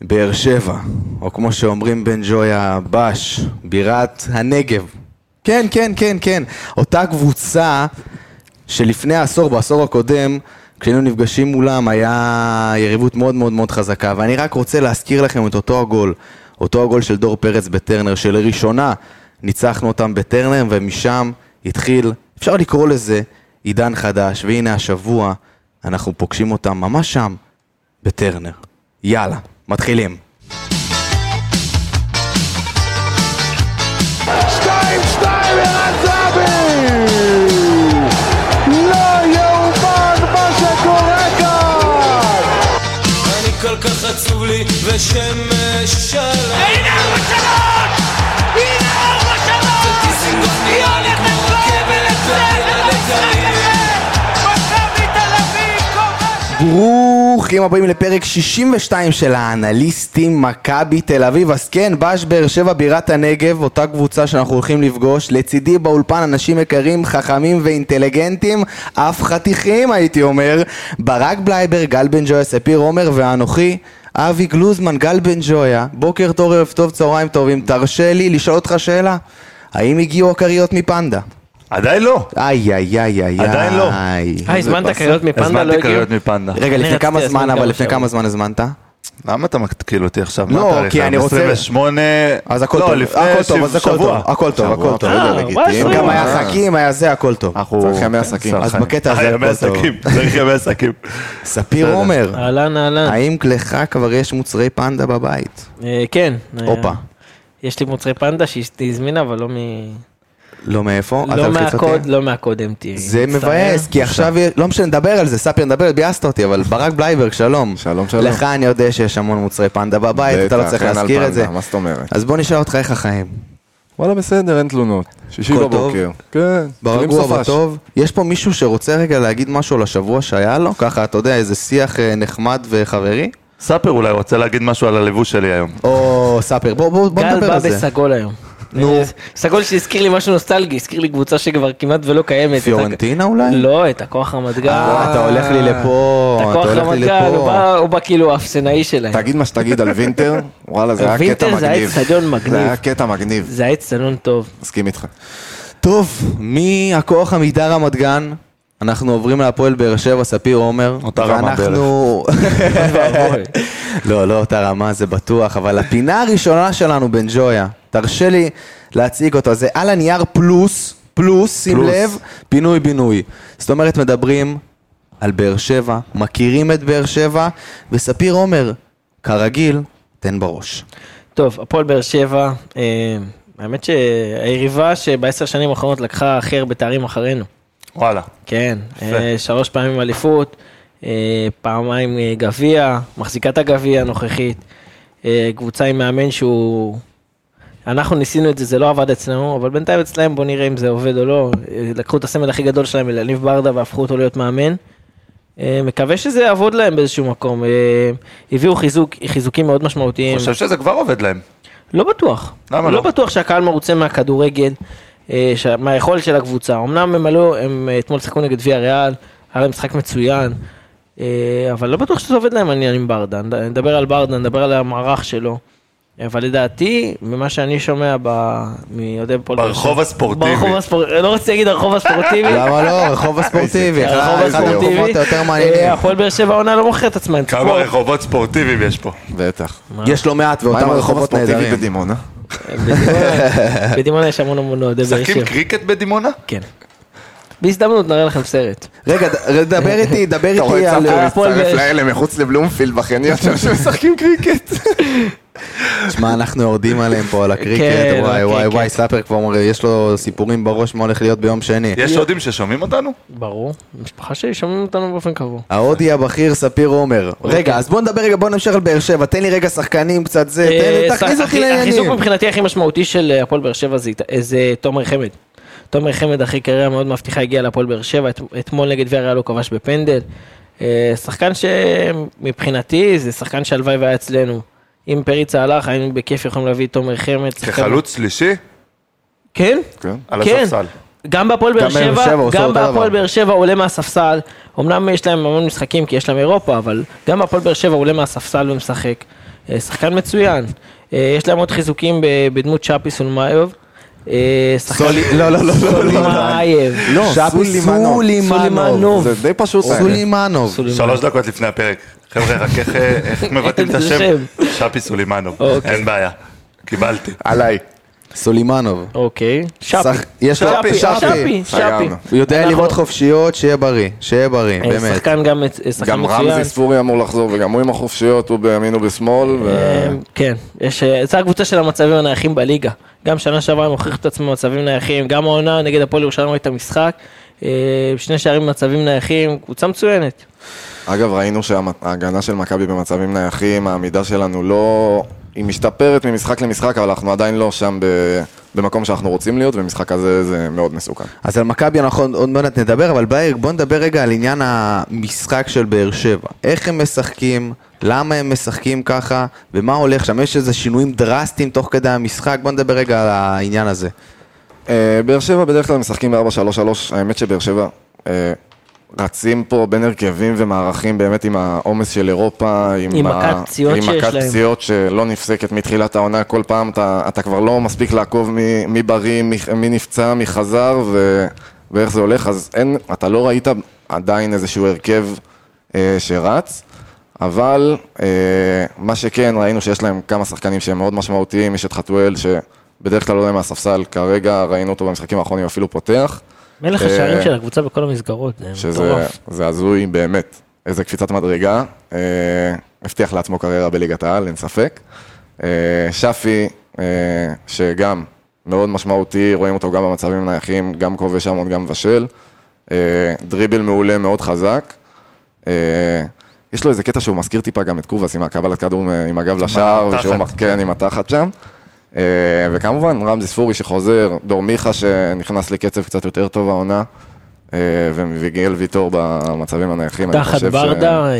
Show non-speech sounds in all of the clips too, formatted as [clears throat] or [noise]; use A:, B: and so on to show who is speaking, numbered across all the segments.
A: באר שבע, או כמו שאומרים בן ג'ויה בש, בירת הנגב. כן, כן, כן, כן. אותה קבוצה שלפני העשור, בעשור הקודם, כשהיינו נפגשים מולם, היה יריבות מאוד מאוד מאוד חזקה. ואני רק רוצה להזכיר לכם את אותו הגול, אותו הגול של דור פרץ בטרנר, שלראשונה ניצחנו אותם בטרנר, ומשם התחיל, אפשר לקרוא לזה, עידן חדש. והנה השבוע, אנחנו פוגשים אותם ממש שם, בטרנר. יאללה, מתחילים.
B: 2-2 ערן זהבי! לא יאומן מה שקורה כאן!
C: אני כל כך עצוב לי, ושמש שלום.
D: הנה ארבע שלוש! הנה ארבע שלוש! היא הולכת ברגל אצלנו במשחק הזה! מכבי תל אביב כובשת!
A: ברוכים הבאים לפרק 62 של האנליסטים מכבי תל אביב. אז כן, בש באר שבע בירת הנגב, אותה קבוצה שאנחנו הולכים לפגוש. לצידי באולפן אנשים יקרים, חכמים ואינטליגנטים, אף חתיכים הייתי אומר. ברק בלייבר, גל בן ג'ויה, ספיר עומר ואנוכי. אבי גלוזמן, גל בן ג'ויה, בוקר טוב, ערב טוב, צהריים טובים. תרשה לי לשאול אותך שאלה. האם הגיעו הכריות מפנדה?
E: עדיין לא.
A: איי, איי, איי, איי.
E: עדיין לא.
F: אה, הזמנת כריות מפנדה, לא
E: הזמנתי
F: הגיעו?
E: כריות מפנדה.
A: רגע, לפני
F: רציתי
A: כמה
F: להזמין
A: זמן,
F: גם
A: אבל לפני
F: עכשיו.
A: כמה זמן הזמנת?
E: למה אתה מתקיל אותי עכשיו? מה
A: לא,
E: התאריך
A: כי
E: היום?
A: אני רוצה-
E: 28...
A: אז הכל טוב,
E: לא, לפני
A: הכל טוב,
E: שבוע-
A: אז הכל טוב,
E: שבוע.
A: הכל טוב, הכל טוב. לא
F: אה,
A: אם
F: 14
A: גם
F: יום.
A: היה עסקים, היה זה, הכל טוב.
E: אנחנו-
G: צריך ימי עסקים.
A: אז בקטע הזה
E: אה, ימי
A: הכל טוב.
E: עסקים, צריך ימי עסקים.
A: ספיר עומר,
F: אהלן, אהלן.
A: האם לך כבר יש מוצרי פנדה בבית?
F: אה, כן. אה,
A: הופה.
F: יש לי מוצרי פנדה שאשתי הזמינה, אבל לא מ...
A: לא מאיפה? אתה
F: לא
A: מלחיץ
F: מהקוד,
A: אותי?
F: לא מהקוד MT.
A: זה מבאס, כי עכשיו, יש- לא משנה, נדבר על זה, ספיר נדבר, ביאסת אותי, אבל ברק בלייברג, שלום.
G: שלום, שלום.
A: לך אני יודע שיש המון מוצרי פנדה בבית, אתה לא
G: בטח,
A: צריך
G: אין על
A: להזכיר את
G: פנדה,
A: זה.
G: מה זאת אומרת?
A: אז בוא נשאל אותך איך החיים.
G: וואלה בסדר, אין תלונות. שישי
A: הכל
G: בבוקר. כן. מתחילים
A: ברגוע
G: סופש.
A: וטוב. יש פה מישהו שרוצה רגע להגיד משהו על השבוע שהיה לו? ככה, אתה יודע, איזה שיח אה, נחמד וחברי?
E: ספיר אולי רוצה להגיד משהו על הלבוש שלי היום.
A: או ספיר, בוא, בוא, בוא
F: גל
A: נדבר
F: בא
A: על זה.
F: בסגול היום.
A: נו.
F: אה, סגול שהזכיר לי משהו נוסטלגי, הזכיר לי קבוצה שכבר כמעט ולא קיימת. את ה-
A: פיורנטינה אולי?
F: לא, את הכוח רמת גן.
A: אה, אתה הולך לי לפה,
F: את
A: אתה
F: הכוח
A: הולך
F: רמת
A: לי
F: גן, הוא
A: לפה.
F: בא- הוא בא כאילו האפסנאי שלהם.
G: תגיד מה שתגיד על וינטר, וואלה זה היה קטע מגניב.
F: וינטר זה היה אצטדיון מגניב.
G: זה היה קטע מגניב,
F: זה היה אצטדיון טוב.
G: מסכים איתך.
A: טוב, מהכוח עמידה רמת גן, אנחנו עוברים להפועל באר שבע, ספיר עומר.
E: אותה רמה
A: ואנחנו... [laughs] לא, לא אותה רמה, זה בטוח, אבל הפינה הראשונה שלנו, בן ג'ויה, תרשה לי להציג אותה, זה על הנייר פלוס, פלוס, שים
E: פלוס.
A: לב, פינוי-בינוי. זאת אומרת, מדברים על באר שבע, מכירים את באר שבע, וספיר עומר, כרגיל, תן בראש.
F: טוב, הפועל באר שבע, אה, האמת שהיריבה שבעשר שנים האחרונות לקחה הכי הרבה תארים אחרינו.
E: וואלה.
F: כן, אה, שלוש פעמים אליפות, אה, פעמיים אה, גביע, מחזיקת הגביע הנוכחית, אה, קבוצה עם מאמן שהוא... אנחנו ניסינו את זה, זה לא עבד אצלנו, אבל בינתיים אצלהם בוא נראה אם זה עובד או לא. אה, לקחו את הסמל הכי גדול שלהם, אלניב ברדה, והפכו אותו להיות מאמן. אה, מקווה שזה יעבוד להם באיזשהו מקום. אה, הביאו חיזוק, חיזוקים מאוד משמעותיים.
E: אני חושב שזה כבר עובד להם.
F: לא בטוח.
E: למה
F: לא
E: לא?
F: בטוח שהקהל מרוצה מהכדורגל, אה, שה- מהיכולת של הקבוצה. אמנם הם עלו, הם אה, אתמול שיחקו נגד ויה ריאל, היה להם משחק מצוין, אה, אבל לא בטוח שזה עובד להם העניין עם ברדה. נד- נדבר על ברדה, נדבר על המערך שלו. אבל לדעתי, ממה שאני שומע ב... מאוהדי פועל באר
E: ברחוב
F: שבע-
E: הספורטיבי.
F: ברחוב הספורטיבי, לא רוצה להגיד הרחוב
E: [laughs]
F: הספורטיבי. אה,
A: למה לא? רחוב הספורטיבי,
F: הרחוב
A: אחד אחד
F: הספורטיבי.
A: המקומות היותר מעניינים.
F: אה, הפועל באר שבע העונה לא מוכרת עצמה, הם
E: כמה
F: צחקו.
E: רחובות ספורטיביים יש פה.
G: בטח.
A: יש לא מעט,
G: מה
A: ואותם
G: עם הרחוב
A: רחובות
G: הספורטיבי
A: נהדרים.
G: בדימונה?
F: בדימונה- בדימונה יש המון המון אוהדי באר
E: משחקים
F: שבע.
E: קריקט בדימונה?
F: כן. בהזדמנות נראה לכם סרט. אה,
A: רגע, ד- דבר איתי, דבר
G: אתה רואה
A: איתי
G: את
A: על...
G: ספיר
F: הפועל
G: מצטרף
F: באר-
G: לאלה מחוץ לבלומפילד בחניות שם שמשחקים קריקט.
A: שמע, אנחנו יורדים עליהם פה על הקריקט,
F: כן,
A: וואי
F: כן,
A: וואי
F: כן.
A: וואי, ספר כבר אומר, יש לו סיפורים בראש מה הולך להיות ביום שני.
E: יש הודים ששומעים אותנו?
F: ברור, המשפחה שלי שומעים אותנו באופן קבוע.
A: ההודי הבכיר ספיר עומר. רגע, אז בוא נדבר רגע, בוא נמשיך על באר שבע, תן לי רגע שחקנים קצת זה, תן לי,
F: אה,
A: תכניס
F: שח-
A: אותי
F: הכי- החיזוק
A: לעניינים.
F: מבחינתי הכי משמעותי של אה, הפועל באר שבע זה אה, זה תומר חמד. תומר חמד אחרי קריירה מאוד מבטיחה הגיע להפועל באר שבע, את- אתמול נגד ויאריאל הוא כבש בפנדל. אה, שחקן שמבחינתי זה שחקן שהלוואי והיה אצלנו. אם פריצה הלך, היינו כן. בכיף יכולים להביא את תומר חמד. שחקן-
E: כחלוץ שלישי?
F: כן?
G: [laughs] כן.
E: על
F: כן.
E: הספסל.
F: גם בהפועל באר
A: גם באר שבע
F: שבע,
A: עושה
F: גם
A: אותו
F: בהפועל
A: דבר.
F: באר שבע עולה מהספסל, אמנם יש להם המון משחקים כי יש להם אירופה, אבל גם בהפועל באר שבע עולה מהספסל ומשחק. אה, שחקן מצוין. אה, יש להם עוד חיזוקים ב- בדמות שפי סולמאיוב. אה, שחקן
A: לא, לא, לא, לא, לא.
F: סולמאייב.
A: לא, שפי
G: סולימנוב.
A: סולימנוב.
G: זה די פשוט. האמת.
A: סולימנוב.
E: שלוש דקות לפני הפרק. חבר'ה, רק איך- אה,
F: [laughs]
E: איך מבטאים את
F: איזה
E: השם? שפי סולימנוב.
F: אוקיי.
E: אין בעיה. קיבלתי.
G: עליי.
A: סולימנוב.
F: אוקיי. שפי.
A: שח- יש לו
F: שפי, שפי, שפי.
G: סגרנו.
A: הוא יודע
F: אנחנו-
A: לראות חופשיות, שיהיה בריא, שיהיה בריא,
F: אה,
A: באמת.
F: שחקן גם מצ- אה, שחקן
G: גם
F: מצוין.
G: רמזי ספורי אמור לחזור, וגם הוא עם החופשיות, הוא בימין ובשמאל. ו-
F: אה, כן, יש, אה, זו הקבוצה של המצבים הנייחים בליגה. גם שנה שעברה הם הוכיחו את עצמם במצבים נייחים, גם העונה נגד הפועל ירושלים הייתה משחק. אה, שני שערים במצבים נייחים, קבוצה מצוינת.
G: אגב, ראינו שההגנה של מכבי במצבים נייחים, העמידה שלנו לא... היא משתפרת ממשחק למשחק, אבל אנחנו עדיין לא שם ב... במקום שאנחנו רוצים להיות, והמשחק הזה זה מאוד מסוכן.
A: אז על מכבי אנחנו עוד מעט נדבר, אבל בעיר, בוא נדבר רגע על עניין המשחק של באר שבע. איך הם משחקים, למה הם משחקים ככה, ומה הולך שם, יש איזה שינויים דרסטיים תוך כדי המשחק, בוא נדבר רגע על העניין הזה.
G: אה, באר שבע בדרך כלל משחקים ב-4-3-3, האמת שבאר שבע אה, רצים פה בין הרכבים ומערכים באמת עם העומס של אירופה,
F: עם
G: ה-
F: מכת פציעות
G: עם
F: שיש
G: מכת
F: להם.
G: פציעות שלא נפסקת מתחילת העונה, כל פעם אתה, אתה כבר לא מספיק לעקוב מי, מי בריא, מי, מי נפצע, מי חזר ו, ואיך זה הולך, אז אין, אתה לא ראית עדיין איזשהו הרכב אה, שרץ. אבל אה, מה שכן, ראינו שיש להם כמה שחקנים שהם מאוד משמעותיים, יש את חתואל שבדרך כלל עולה מהספסל, כרגע ראינו אותו במשחקים האחרונים אפילו פותח,
F: מלך
G: אה,
F: השערים של הקבוצה בכל המסגרות, זה
G: שזה
F: מטורף.
G: זה הזוי באמת, איזה קפיצת מדרגה, אה, הבטיח לעצמו קריירה בליגת העל, אין ספק. אה, שפי, אה, שגם מאוד משמעותי, רואים אותו גם במצבים נייחים, גם כובש המון, גם מבשל. אה, דריבל מעולה, מאוד חזק. אה, יש לו איזה קטע שהוא מזכיר טיפה גם את קובאס עם הקבלת כדור מ- עם הגב לשער,
E: התחת.
G: ושהוא מקרן עם התחת שם. אה, וכמובן, רמזי ספורי שחוזר, דור מיכה שנכנס לקצב קצת יותר טוב העונה, אה, וויגיאל ויטור במצבים הנייחים. אני
F: תחת
G: חושב ש-
F: ברדה, אה,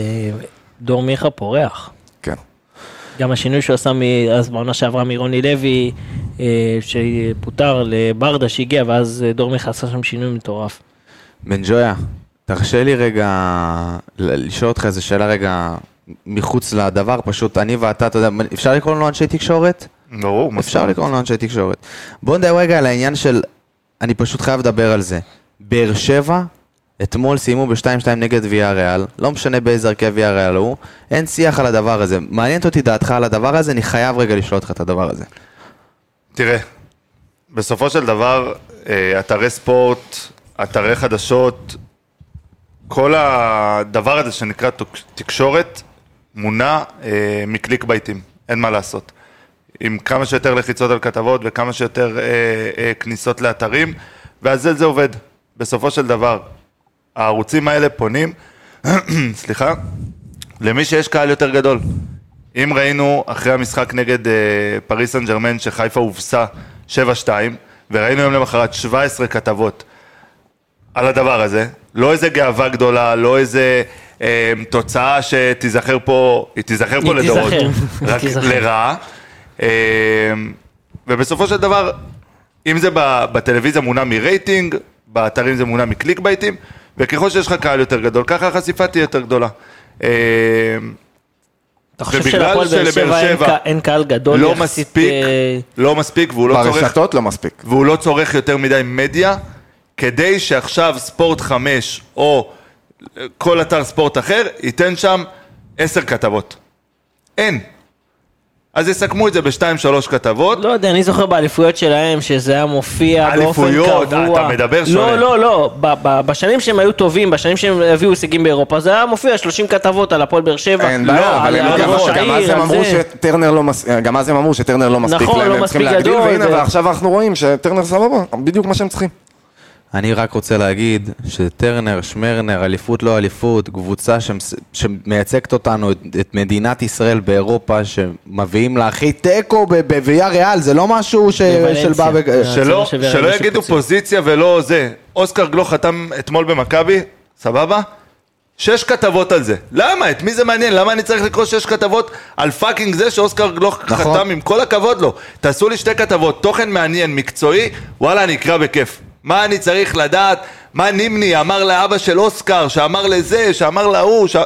F: דור מיכה פורח.
G: כן.
F: גם השינוי שהוא עשה מ- אז בעונה שעברה מרוני לוי, אה, שפוטר לברדה שהגיע, ואז אה, דור מיכה עשה שם שינוי מטורף.
A: בן ג'ויה, תרשה לי רגע ל- לשאול אותך איזה שאלה רגע מחוץ לדבר, פשוט אני ואתה, אתה יודע, אפשר לקרוא לנו אנשי תקשורת?
E: ברור, מה
A: אפשר
E: זאת
A: לקרוא לנו אנשי תקשורת. בואו נדבר רגע על העניין של, אני פשוט חייב לדבר על זה. באר שבע, אתמול סיימו ב-2-2 נגד ויה ריאל, לא משנה באיזה הרכב ויה ריאל הוא, אין שיח על הדבר הזה. מעניינת אותי דעתך על הדבר הזה, אני חייב רגע לשאול אותך את הדבר הזה.
E: תראה, בסופו של דבר, אה, אתרי ספורט, אתרי חדשות, כל הדבר הזה שנקרא תוק- תקשורת, מונע אה, מקליק בייטים, אין מה לעשות. עם כמה שיותר לחיצות על כתבות וכמה שיותר אה, אה, כניסות לאתרים, ואז על זה עובד. בסופו של דבר, הערוצים האלה פונים, [clears throat] סליחה, למי שיש קהל יותר גדול. אם ראינו אחרי המשחק נגד אה, פריס סן ג'רמן שחיפה הובסה 7-2, וראינו יום למחרת 17 כתבות על הדבר הזה, לא איזה גאווה גדולה, לא איזה אה, תוצאה שתיזכר פה, היא תיזכר פה
F: היא
E: לדורות,
F: תיזכר,
E: רק
F: תיזכר.
E: לרעה. אה, ובסופו של דבר, אם זה ב- בטלוויזיה מונע מרייטינג, באתרים זה מונע מקליק בייטים, וככל שיש לך קהל יותר גדול, ככה החשיפה תהיה יותר גדולה. אה,
F: אתה חושב
E: ובגלל
F: שלפועל באר
E: שלבאר
F: שבע אין
E: שבע
F: ק- אין קהל גדול
E: לא
F: יחסית,
E: מספיק,
F: אה,
E: לא מספיק, והוא לא צורך,
G: ברשתות לא מספיק.
E: והוא לא צורך יותר מדי מדיה, כדי שעכשיו ספורט 5 או אה, כל אתר ספורט אחר ייתן שם 10 כתבות. אין. אז יסכמו את זה בשתיים, שלוש כתבות.
F: לא יודע, אני זוכר באליפויות שלהם שזה היה מופיע באופן קבוע.
E: אליפויות, אה, אתה מדבר שונה.
F: לא, לא, לא, ב- ב- בשנים שהם היו טובים, בשנים שהם הביאו הישגים באירופה, זה היה מופיע 30 כתבות על הפועל באר שבע. לא,
G: אין בעיה, לא, אבל
F: על-
G: הם
F: על
G: גם-
F: ראש
G: גם אז
F: העיר,
G: הם
F: על
G: אמרו
F: זה.
G: שטרנר לא מס- גם אז הם אמרו שטרנר לא מספיק
F: נכון,
G: להם,
F: לא
G: הם צריכים
F: מספיק
G: להגדיל,
F: גדול,
G: והנה,
F: זה-
G: ועכשיו אנחנו רואים שטרנר סבבה, בדיוק מה שהם צריכים.
A: אני רק רוצה להגיד שטרנר, שמרנר, אליפות לא אליפות, קבוצה שמס- שמייצגת אותנו, את, את מדינת ישראל באירופה, שמביאים לה הכי תיקו ב- בוויה ריאל, זה לא משהו ש,
F: בוולנסיה.
A: של בא ו...
F: ש-
E: שלא,
F: הצבע שווה
E: שלא
F: הרבה
E: יגידו
F: שיפוצים.
E: פוזיציה ולא זה. אוסקר גלוך חתם אתמול במכבי, סבבה? שש כתבות על זה. למה? את מי זה מעניין? למה אני צריך לקרוא שש כתבות על פאקינג זה שאוסקר גלוך
A: נכון.
E: חתם? עם כל הכבוד לו. תעשו לי שתי כתבות, תוכן מעניין, מקצועי, וואלה, אני אקרא בכיף. מה אני צריך לדעת? מה נימני אמר לאבא של אוסקר, שאמר לזה, שאמר להוא, ש...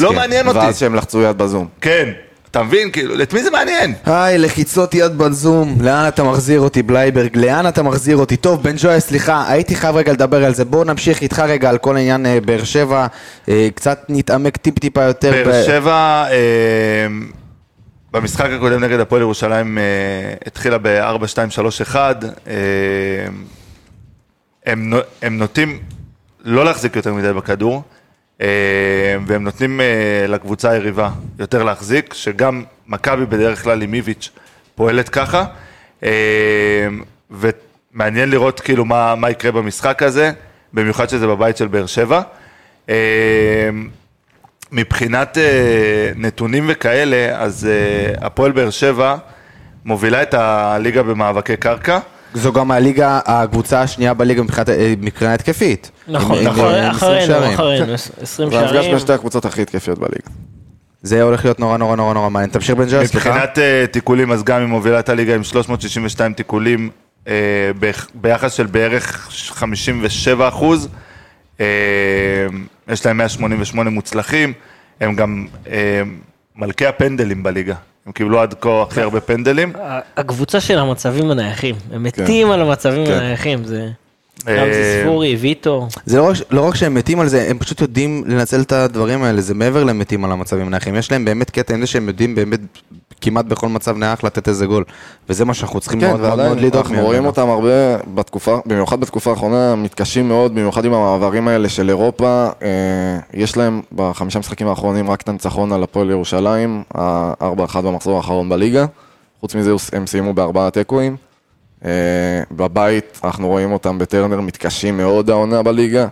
E: לא מעניין אותי.
G: ואז שהם לחצו יד בזום.
E: כן, אתה מבין? כאילו, את מי זה מעניין?
A: היי, לחיצות יד בזום, לאן אתה מחזיר אותי, בלייברג? לאן אתה מחזיר אותי? טוב, בן ג'ויה, סליחה, הייתי חייב רגע לדבר על זה. בואו נמשיך איתך רגע על כל עניין אה, באר שבע. אה, קצת נתעמק טיפ-טיפה יותר.
E: באר
A: ב-
E: שבע, אה, במשחק הקודם נגד הפועל ירושלים אה, התחילה ב-4-2-3-1. אה, הם, נו- הם נוטים לא להחזיק יותר מדי בכדור, אה, והם נותנים אה, לקבוצה היריבה יותר להחזיק, שגם מכבי בדרך כלל עם איביץ' פועלת ככה. אה, ומעניין לראות כאילו מה, מה יקרה במשחק הזה, במיוחד שזה בבית של באר שבע. אה, מבחינת אה, נתונים וכאלה, אז אה, הפועל באר שבע מובילה את הליגה במאבקי קרקע.
A: זו גם הליגה, הקבוצה השנייה בליגה מבחינת אה, מבחינה התקפית.
F: נכון,
A: עם- עם-
F: נכון,
A: עם עשרים
F: אחרינו,
A: שערים.
F: אחרינו, 20
G: כן. זה המפגש
F: שערים.
G: בין שתי הקבוצות הכי התקפיות בליגה.
A: זה הולך להיות נורא נורא נורא נורא מעניין. תמשיך בן ג'ויה, סליחה.
E: מבחינת אה, תיקולים, אז גם היא מובילה את הליגה עם 362 תיקולים אה, ביח- ביחס של בערך 57 אחוז. אה, יש להם 188 מוצלחים, הם גם אה, מלכי הפנדלים בליגה. הם קיבלו עד כה הכי הרבה פנדלים.
F: הקבוצה של המצבים הנייחים, הם
G: כן.
F: מתים על המצבים הנייחים, זה... גם
E: אה,
F: זה ספורי, ויטו.
A: זה לא רק, לא רק שהם מתים על זה, הם פשוט יודעים לנצל את הדברים האלה, זה מעבר למתים על המצבים נייחים. יש להם באמת קטע עם זה שהם יודעים באמת כמעט בכל מצב נייח לתת איזה גול. וזה מה שאנחנו צריכים מאוד מאוד מאוד
G: כן, ועדיין
A: לדאוג
G: אנחנו רואים אותם הרבה בתקופה, במיוחד בתקופה האחרונה, מתקשים מאוד, במיוחד עם המעברים האלה של אירופה. אה, יש להם בחמישה משחקים האחרונים רק את הניצחון על הפועל ירושלים, ה-4-1 במחזור האחרון בליגה. חוץ מזה הם סיימו בארבעה תיקואים. אה, בבית אנחנו רואים אותם בטרנר מתקשים מאוד העונה בליגה.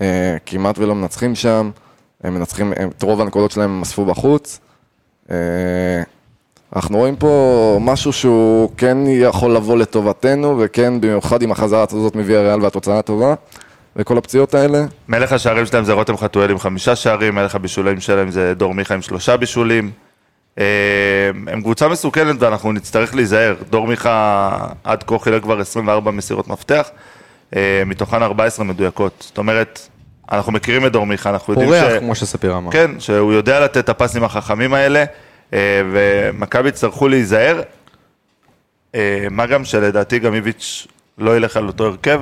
G: אה, כמעט ולא מנצחים שם. הם מנצחים, הם- את רוב הנקודות שלהם הם אספו בחוץ. אה, אנחנו רואים פה משהו שהוא כן יכול לבוא לטובתנו, וכן במיוחד עם החזרה הזאת מביאה ריאל והתוצאה הטובה, וכל הפציעות האלה.
E: מלך השערים שלהם זה רותם חתואל עם חמישה שערים, מלך הבישולים שלהם זה דור מיכה עם שלושה בישולים. אה, הם קבוצה מסוכנת ואנחנו נצטרך להיזהר. דור מיכה עד כה חילק כבר 24 מסירות מפתח, אה, מתוכן 14 מדויקות. זאת אומרת, אנחנו מכירים את דור מיכה, אנחנו יודעים
A: פורח,
E: ש...
A: כמו שספיר אמר.
E: כן, שהוא יודע לתת את הפסים החכמים האלה, אה, ומכבי יצטרכו להיזהר. אה, מה גם שלדעתי גם איביץ' לא ילך על אותו הרכב,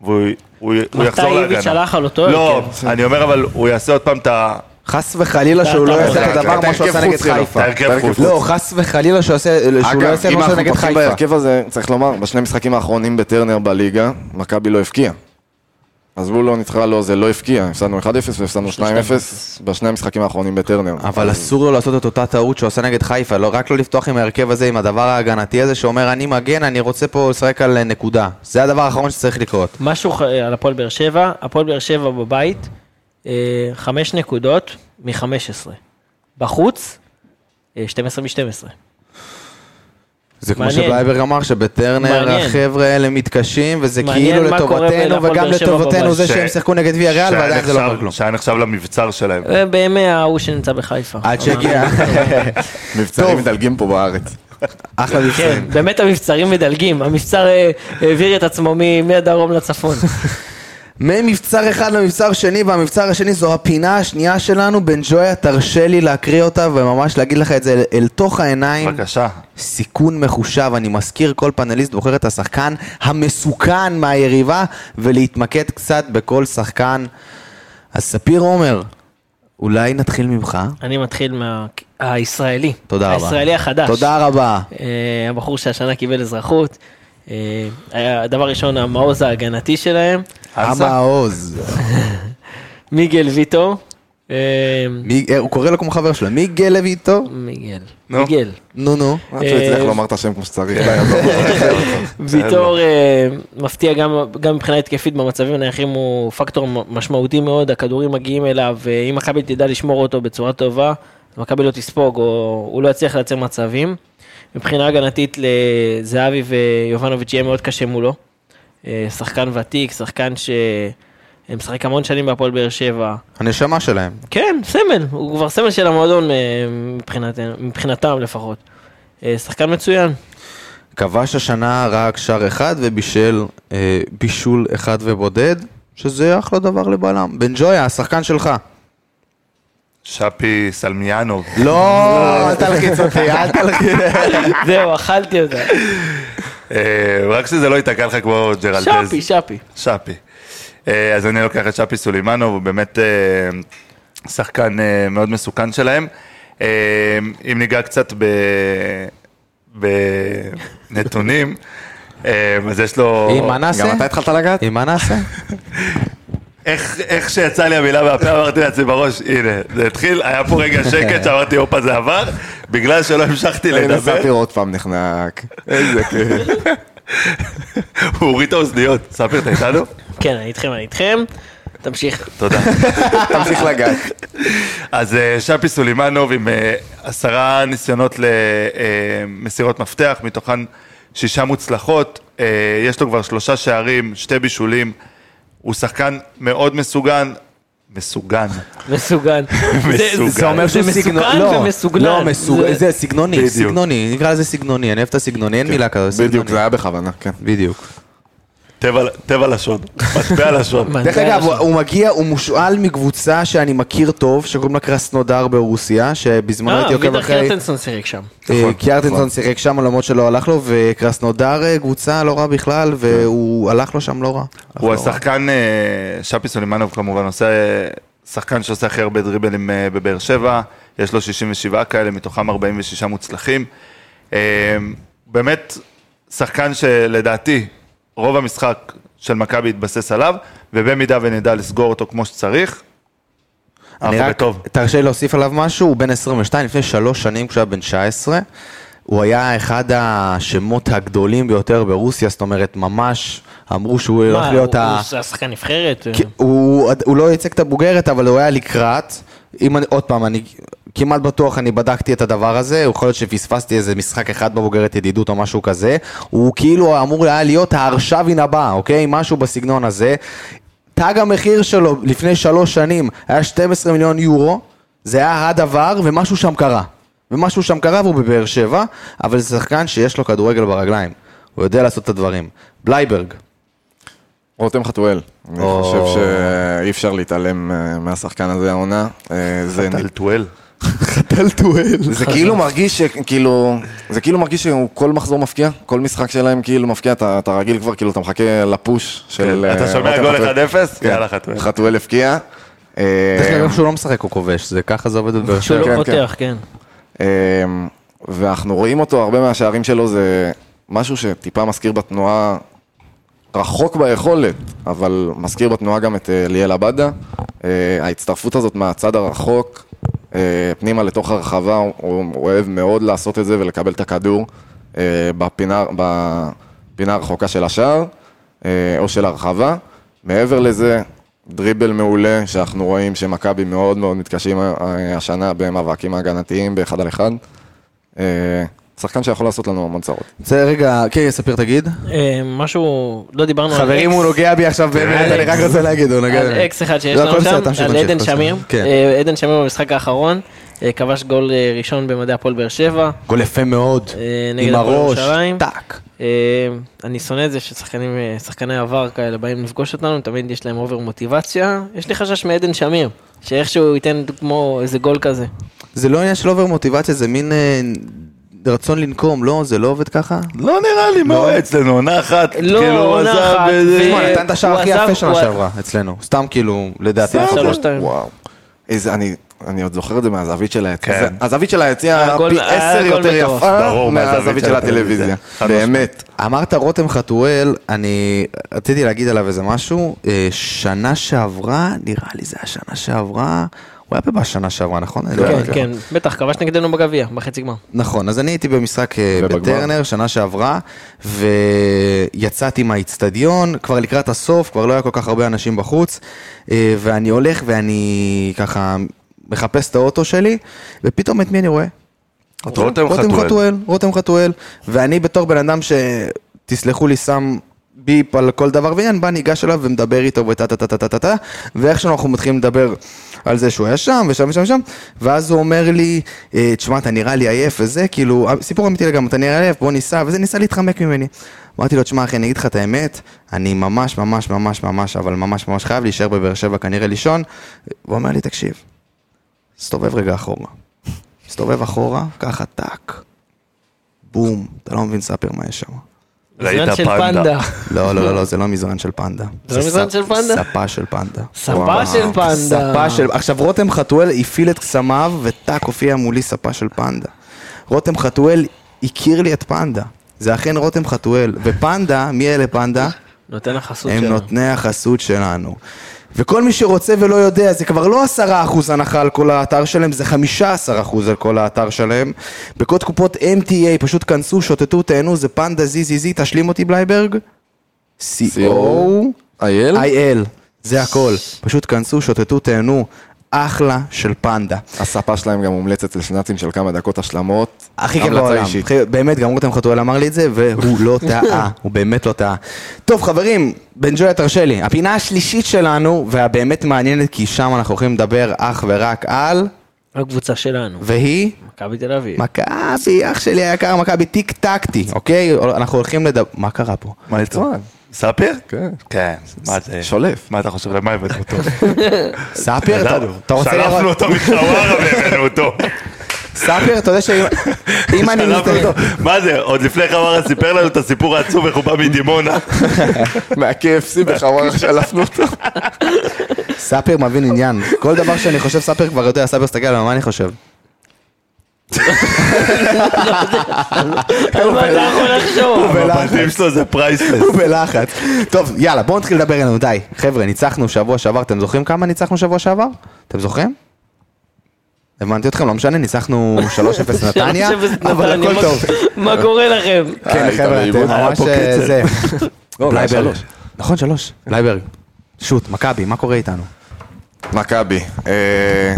E: והוא הוא- הוא
F: מתי
E: יחזור להגנה.
F: איביץ' הלך על אותו
E: לא,
F: הרכב?
A: כן.
E: אני אומר אבל הוא יעשה עוד פעם את ה...
A: חס וחלילה שהוא לא
F: אתה-
A: יעשה את
G: אתה-
A: הדבר
G: אתה
A: מה שהוא
G: הרכב
A: עשה
G: חוץ
A: נגד
G: שלו,
A: חיפה.
E: את ההרכב חוץ.
A: אה, לא, חס וחלילה שהוא עושה- שהוא לא
G: אגב,
A: יעשה את
G: אם
A: מה שהוא
G: אנחנו
A: נגד
G: פותחים
A: חיפה.
G: בהרכב הזה, צריך לומר, בשני המשחקים האחרונים בטרנר בליגה, מכבי לא הבקיעה. עזבו לא ניצחה, לא זה לא הבקיע, הפסדנו 1-0 והפסדנו 2-0 בשני המשחקים האחרונים בטרנר.
A: אבל
G: אז-
A: אסור לו לעשות את אותה טעות שהוא עושה נגד חיפה, לא, רק לא לפתוח עם ההרכב הזה, עם הדבר ההגנתי הזה שאומר אני מגן, אני רוצה פה לשחק על אה, נקודה. זה הדבר האחרון שצריך לקרות.
F: משהו ח- אה, על הפועל באר שבע, הפועל באר שבע בבית, אה, חמש נקודות מ-15. בחוץ, אה, 12 מ-12.
A: זה כמו
F: מעניין.
A: שבלייברג אמר, שבטרנר
F: מעניין.
A: החבר'ה האלה מתקשים, וזה
F: מעניין
A: כאילו
F: מה קורה
A: לטובתנו,
F: להפועל
A: וגם
F: באר שבע
A: לטובתנו
F: בבית.
A: זה
E: ש-
A: שהם שיחקו נגד ויה ריאל,
E: שהיה
A: ועדיין זה לא
E: נחשב-
A: אומר כלום.
E: שהיה נחשב למבצר שלהם.
F: אה, בימי ההוא שנמצא בחיפה.
A: עד שהגיע,
F: כן.
G: מבצעים
A: טוב. אה,
G: מדלגים פה בארץ.
A: [laughs] אחלה מבצעים.
F: כן, באמת המבצרים מדלגים, המבצר אה, העביר את עצמו מ- מהדרום לצפון.
A: [laughs]
F: כן.
A: ממבצר אחד למבצר שני, והמבצר השני זו הפינה השנייה שלנו. בן ג'ויה, תרשה לי להקריא אותה, וממש להגיד לך את זה אל- אל תוך העיניים.
E: בבקשה.
A: סיכון מחושב, אני מזכיר, כל פאנליסט בוחר את השחקן המסוכן מהיריבה, ולהתמקד קצת בכל שחקן. אז ספיר עומר, אולי נתחיל ממך?
F: אני מתחיל מה... הישראלי.
A: תודה רבה.
F: הישראלי החדש.
A: תודה רבה.
F: אה, הבחור שהשנה קיבל אזרחות. אה, היה, דבר ראשון, המעוז ההגנתי שלהם.
A: אמה עוז.
F: מיגל ויטו. אה,
A: מיג- אה, הוא קורא לו כמו חבר שלו. מיגל לויטו?
F: מיגל.
E: נו.
F: מיגל.
A: נו נו.
G: עד שהוא הצליח לומר את השם כמו שצריך.
A: אה,
G: לא היה טוב.
F: ויטור אה, מפתיע גם, גם מבחינה התקפית במצבים הנייחים הוא פקטור מ- משמעותי מאוד, הכדורים מגיעים אליו, ואם מכבי תדע לשמור אותו בצורה טובה, אז מכבי לא תספוג, או הוא לא יצליח לייצר מצבים. מבחינה הגנתית לזהבי ויובנוביץ' יהיה מאוד קשה מולו. אה, שחקן ותיק, שחקן שמשחק המון שנים בהפועל באר שבע.
A: הנשמה שלהם.
F: כן, סמל, הוא כבר סמל של המועדון אה, מבחינת, מבחינתם לפחות. אה, שחקן מצוין.
A: כבש השנה רק שער אחד ובישל אה, בישול אחד ובודד, שזה אחלה דבר לבלם. בן ג'ויה, השחקן שלך.
E: שפי סלמיאנוב.
A: [laughs] לא, אל [laughs] תלחיץ אותי, אל תלחיץ.
F: זהו, אכלתי אותה.
E: אה, רק שזה לא ייתקע לך כמו ג'רלטז.
F: שפי, שפי.
E: שפי. אה, אז אני לוקח את שפי סולימנוב, הוא באמת אה, שחקן אה, מאוד מסוכן שלהם. אה, אם ניגע קצת
A: [laughs]
E: ב- בנתונים, אה, אז יש לו...
A: עם מה נעשה?
G: גם אתה התחלת לגעת?
A: עם מה נעשה?
E: איך, איך שיצא לי המילה מהפה, אמרתי לעצמי בראש, הנה, זה התחיל, היה פה רגע שקט שאמרתי, הופה, זה עבר, בגלל שלא המשכתי
G: הנה
E: לדבר,
G: ספיר עוד פעם נחנק. איזה כיף.
E: הוא הוריד את האוזניות. ספיר, אתה איתנו?
F: כן, אני איתכם, אני איתכם. תמשיך.
E: תודה.
G: תמשיך לגעת.
E: אז אה, שפי סולימנוב עם אה, עשרה ניסיונות למסירות מפתח, מתוכן שישה מוצלחות, אה, יש לו כבר שלושה שערים, שתי בישולים, הוא שחקן מאוד מסוגן, מסוגן,
F: מסוגן.
E: מסוגן.
A: זה אומר שהוא
F: זה
A: סגנון,
F: מסוכן
A: לא,
F: ומסוגנן.
A: לא, מסוג-
F: זה-
A: זה סגנוני, כן.
E: בדיוק.
A: סגנוני, נקרא לזה סגנוני, אני אוהב את הסגנוני, אין מילה כזו, סגנוני.
G: בדיוק, זה היה בכוונה, כן.
A: בדיוק.
E: טבע- טבע לשון, מטבע לשון.
F: מה,
A: דרך
F: זה
A: אגב,
F: היה
A: הוא-
F: שם.
A: הוא מגיע, הוא מושאל מקבוצה שאני מכיר טוב, שקוראים לה קרסנודר ברוסיה, שבזמנו
F: אה,
A: הייתי עוקב
F: וידר
A: אחרי...
F: קרטנסון שיחק שם.
A: אה,
G: נכון,
A: קיארטנסון
G: נכון.
A: שיחק שם למרות שלא הלך לו, וקרסנודר אה, קבוצה לא רע בכלל,
F: כן.
A: והוא הלך לו שם לא רע. הלך
E: הוא
A: לו רע.
E: השחקן, אה, שפי סולימנוב כמובן, עושה, שחקן שעושה הכי הרבה דריבלים אה, בבאר שבע, יש לו 67 כאלה, מתוכם 46 מוצלחים. אה, באמת, שחקן שלדעתי, רוב המשחק של מכבי התבסס עליו, ובמידה ונדע לסגור אותו כמו שצריך,
A: אני
E: אנחנו
A: רק,
E: בטוב.
A: תרשה לי להוסיף עליו משהו, הוא בן 22, לפני שלוש שנים כשהוא היה בן 19, הוא היה אחד השמות הגדולים ביותר ברוסיה, זאת אומרת, ממש אמרו שהוא לא הולך
F: מה,
A: להיות
F: הוא-
A: ה... כן,
F: הוא השחקן נבחרת?
A: כי הוא, הוא לא ייצג את הבוגרת, אבל הוא היה לקראת. אם אני, עוד פעם, אני כמעט בטוח, אני בדקתי את הדבר הזה, יכול להיות שפספסתי איזה משחק אחד בבוגרת ידידות או משהו כזה. הוא כאילו אמור היה להיות הארשבין הבא, אוקיי? משהו בסגנון הזה. תג המחיר שלו לפני שלוש שנים היה 12 מיליון יורו, זה היה הדבר, ומשהו שם קרה. ומשהו שם קרה והוא בבאר שבע, אבל זה שחקן שיש לו כדורגל ברגליים. הוא יודע לעשות את הדברים. בלייברג.
G: רותם חתואל. אני
A: או.
G: חושב שאי אפשר להתעלם אה, מהשחקן הזה העונה. אה, זה
E: טלטואל.
G: טלטואל. זה כאילו מרגיש שכאילו, זה כאילו מרגיש שהוא כל מחזור מפקיע, כל משחק שלהם כאילו מפקיע, אתה אתה רגיל כבר, כאילו אתה מחכה לפוש
A: כן.
G: של... אה,
E: אתה שומע
G: רותם
E: גול
G: חתואל.
E: 1-0?
G: כן.
E: יאללה חתואל.
G: חתואל הפקיע. אה,
A: דרך אגב, כשהוא לא משחק הוא כובש, זה ככה זה עובד בבאר [laughs]
F: שהוא
A: שבע.
G: כן,
F: לא
G: כן.
F: פותח, כן.
G: אמ, ואנחנו רואים אותו, הרבה מהשערים שלו זה משהו שטיפה מזכיר בתנועה, רחוק ביכולת, אבל מזכיר בתנועה גם את אה, ליאל עבדה. אה, ההצטרפות הזאת מהצד הרחוק, אה, פנימה לתוך הרחבה, הוא- הוא הוא אוהב מאוד לעשות את זה ולקבל את הכדור אה, בפינה, בפינה הרחוקה של השער, אה, או של הרחבה. מעבר לזה, דריבל מעולה, שאנחנו רואים שמכבי מאוד מאוד מתקשים אה, השנה במאבקים ההגנתיים באחד על אחד. אה, שחקן שיכול לעשות לנו המון צרות.
A: זה רגע, כן, ספיר תגיד.
F: אה, משהו, לא דיברנו על
A: חברים, הוא נוגע בי עכשיו באמת, אני רק רוצה להגיד, הוא נוגע
F: על
A: בי.
F: אה, אקס אחד שיש
A: לא,
F: לנו
A: הכל בסדר,
F: שם,
A: תמשיך,
F: על
A: תמשיך,
F: עדן
A: הכל בסדר.
F: שמיר.
A: כן.
F: אה, עדן שמיר במשחק האחרון, אה, כבש גול אה, ראשון במדעי הפועל באר שבע.
A: גול יפה מאוד,
F: אה, נגד
A: עם
F: הפועל
A: הראש,
F: ירושלים.
A: טאק.
F: אה, אני שונא את זה ששחקנים, אה, שחקני עבר כאלה באים לפגוש אותנו, תמיד יש להם אובר מוטיבציה. יש לי חשש מעדן שמיר, שאיכשהו ייתן כמו איזה גול כזה.
A: זה לא עניין של אובר מוטיבציה, זה מין אה, רצון לנקום, לא? זה לא עובד ככה?
E: לא נראה לי, מה הוא היה אצלנו? עונה אחת,
F: לא,
E: כאילו הוא
F: עונה
E: עזב
F: אחת,
E: איזה-
F: ו-
A: תשמע, נתן את השער
F: אה, הוא
A: הכי
F: עזב,
A: יפה שנה
F: הוא-
A: שעברה אצלנו, סתם כאילו, לדעתי.
E: סתם.
A: לפחות.
F: שלוש, שתיים.
G: וואו. איזה, אני, אני עוד זוכר את זה מהזווית של היציאה.
E: כן.
G: זה- הזווית של היציאה היה
F: הגול-
G: פי
F: היה
G: עשר
F: גול
G: יותר
F: מטורף.
G: יפה
E: ברור, מהזווית
G: מהזווית
E: של
G: של הטלוויזיה.
E: הטלוויזיה. חד
G: באמת.
A: אמרת רותם חתואל, אני רציתי להגיד עליו איזה משהו, אה, שנה שעברה, נראה לי זה השנה שעברה, הוא היה פה בשנה שעברה, נכון? אני לא יודע.
F: כן, כן, בטח, כבש נגדנו בגביע, בחצי גמר.
A: נכון, אז אני הייתי במשחק אה,
G: ובגמר.
A: בטרנר שנה שעברה, ויצאתי מהאיצטדיון, כבר לקראת הסוף, כבר לא היה כל כך הרבה אנשים בחוץ, אה, ואני הולך ואני ככה מחפש את האוטו שלי, ופתאום את מי אני רואה? אותו?
E: רותם חתואל.
A: רותם חתואל, רותם חתואל, ואני בתור בן אדם ש... תסלחו לי, שם ביפ על כל דבר ועניין, בא ניגש אליו ומדבר איתו וטה טה טה טה טה טה טה ואיך שאנחנו מתחילים לדבר על זה שהוא היה שם ושם ושם ושם ואז הוא אומר לי, אה, תשמע אתה נראה לי עייף וזה, כאילו, סיפור אמיתי לגמרי, אתה נראה לי עייף, בוא ניסע וזה, ניסה להתחמק ממני. אמרתי לו, תשמע אחי, אני אגיד לך את האמת, אני ממש ממש ממש ממש, אבל ממש ממש חייב להישאר בבאר שבע כנראה לישון. הוא אומר לי, תקשיב, הסתובב רגע אחורה. הסתובב אחורה, ככה טאק, בום, אתה לא מבין ספיר מה יש שם.
E: ראית
F: מזרן של
E: פנדה.
F: פנדה.
A: לא, לא, לא, לא, זה לא מזרן של פנדה.
F: זה לא מזרן
A: ס-
F: של פנדה?
A: ספה של פנדה.
F: ספה של פנדה.
A: ספה של... עכשיו, רותם חתואל הפעיל את קסמיו, וטאק, הופיע מולי ספה של פנדה. רותם חתואל הכיר לי את פנדה. זה אכן רותם חתואל. ופנדה, מי אלה פנדה?
F: נותן לך חסות
A: הם
F: שלנו.
A: נותני החסות שלנו. וכל מי שרוצה ולא יודע, זה כבר לא עשרה אחוז הנחה על כל האתר שלהם, זה חמישה עשר אחוז על כל האתר שלהם. בקוד קופות MTA, פשוט כנסו, שוטטו, תהנו, זה פנדה זי זי זי, תשלים אותי בלייברג. CO.
G: אייל?
A: IL, זה הכל. פשוט כנסו, שוטטו, תהנו. אחלה של פנדה.
G: הספה שלהם גם מומלצת לשנאצים של כמה דקות השלמות. לא
A: הכי כיף
G: המלצה
A: בעולם.
G: אישית. [laughs]
A: אחי, באמת, גם רותם חתואל אמר לי את זה, והוא לא
E: [laughs]
A: טעה. הוא באמת לא טעה. טוב, חברים, בן ג'ויה תרשה לי. הפינה השלישית שלנו, והבאמת מעניינת, כי שם אנחנו הולכים לדבר אך ורק על,
F: הקבוצה שלנו,
A: והיא...
F: מכבי תל אביב.
A: מכבי, אח שלי היקר, מכבי טיק טקטי, אוקיי? אנחנו הולכים לדבר... מה קרה פה?
E: מה יצרן? ספיר?
G: כן.
E: כן. מה זה?
G: שולף.
E: מה אתה חושב? למה הבאנו
A: [laughs]
E: אותו?
A: ספיר, אתה-
E: ידענו.
A: אתה רוצה לראות?
E: שלפנו אותו מחווארה והבאנו אותו.
A: ספיר, אתה יודע שאם אם [laughs] אני...
E: שלפנו אותו. מה זה? עוד לפני חווארה סיפר לנו את הסיפור העצוב איך הוא בא
A: [laughs]
E: מדימונה.
G: מה-KFC בחווארה שלפנו אותו.
A: ספיר מבין עניין. כל דבר שאני חושב, ספיר כבר יודע, ספיר הסתכל עליו, מה אני חושב?
F: מה אתה יכול לחשוב?
E: הבתים שלו זה
A: [laughs]
E: פרייסלס.
A: הוא בלחץ. טוב, יאללה, בואו נתחיל לדבר אלינו, די. חבר'ה, ניצחנו שבוע שעבר, אתם זוכרים כמה ניצחנו שבוע שעבר? אתם זוכרים? הבנתי אתכם, לא משנה, ניצחנו 3-0 נתניה,
F: 3-0 נתניה,
A: אבל הכל
F: מה-
A: טוב.
F: מה קורה לכם?
A: כן, חבר'ה, אתם ממש אה, זה. בלייברג.
G: לא, שלוש.
A: נכון, שלוש. בלייברג. שוט, מכבי, מה קורה איתנו?
G: מכבי, אה,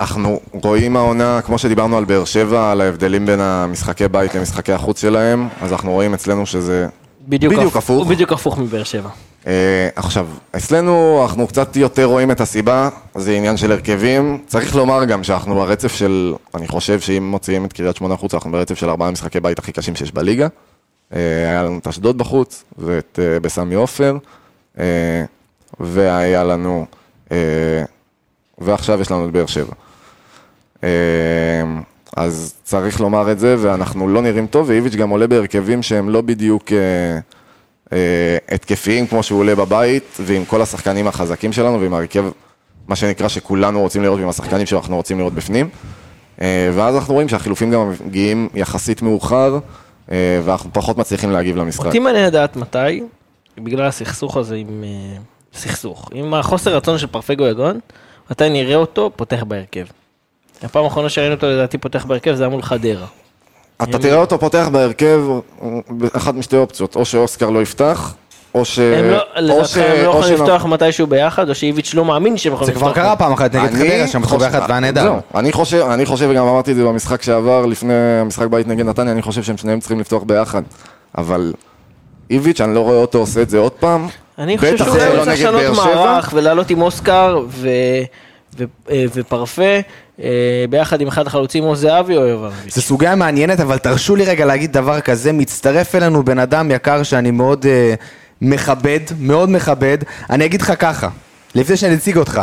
G: אנחנו רואים העונה, כמו שדיברנו על באר שבע, על ההבדלים בין המשחקי בית למשחקי החוץ שלהם, אז אנחנו רואים אצלנו שזה... בדיוק
F: הפ-
G: הפוך.
F: הוא בדיוק הפוך מבאר שבע.
G: אה, עכשיו, אצלנו אנחנו קצת יותר רואים את הסיבה, זה עניין של הרכבים. צריך לומר גם שאנחנו ברצף של, אני חושב שאם מוציאים את קריית שמונה החוצה, אנחנו ברצף של ארבעה משחקי בית הכי קשים שיש בליגה. אה, היה לנו את אשדוד בחוץ, ואת אה, בסמי עופר, אה, והיה לנו, אה, ועכשיו יש לנו את באר שבע. אה, אז צריך לומר את זה, ואנחנו לא נראים טוב, ואיביץ' גם עולה בהרכבים שהם לא בדיוק אה, אה, התקפיים כמו שהוא עולה בבית, ועם כל השחקנים החזקים שלנו, ועם הרכב, מה שנקרא, שכולנו רוצים לראות, ועם השחקנים שאנחנו רוצים לראות בפנים. אה, ואז אנחנו רואים שהחילופים גם מגיעים יחסית מאוחר, אה, ואנחנו פחות מצליחים להגיב למשחק.
F: אותי מעניין לדעת מתי, בגלל הסכסוך הזה עם... אה, סכסוך. עם החוסר רצון של פרפגו יגון, מתי נראה אותו פותח בהרכב. הפעם האחרונה שראינו אותו לדעתי פותח בהרכב זה היה מול חדרה.
G: אה, אתה תראה אותו פותח בהרכב, אחת משתי אופציות, או שאוסקר לא יפתח, או ש...
F: הם לא,
G: או
F: לדעתך
G: ש-
F: הם לא
G: או
F: יכולים
G: שלא.
F: לפתוח מתישהו ביחד, או שאיביץ' לא מאמין שהם
A: זה
F: יכולים לפתוח.
A: כבר קרה פעם אחת נגד
G: אני
A: חדרה, שם פתחו
G: חושב-
A: ביחד והיה נהדר.
G: זהו, אני חושב, אני חושב, וגם אמרתי את זה במשחק שעבר, לפני המשחק בית נגד נתניה, אני חושב שהם שניהם צריכים לפתוח ביחד. אבל איביץ', אני לא רואה אותו עושה את זה עוד פעם.
F: אני חושב
G: בטח
F: שהוא
G: זה
F: היה
G: לא
F: צריך
G: נגד באר
F: לשנות
G: שבע.
F: מערך ולעלות עם אוסקר ו- ו- אה, ופרפה אה, ביחד עם אחד החלוצים או זהבי או יובנביץ'.
A: זו סוגיה מעניינת, אבל תרשו לי רגע להגיד דבר כזה, מצטרף אלינו בן אדם יקר שאני מאוד אה, מכבד, מאוד מכבד. אני אגיד לך ככה, לפני שאני אציג אותך,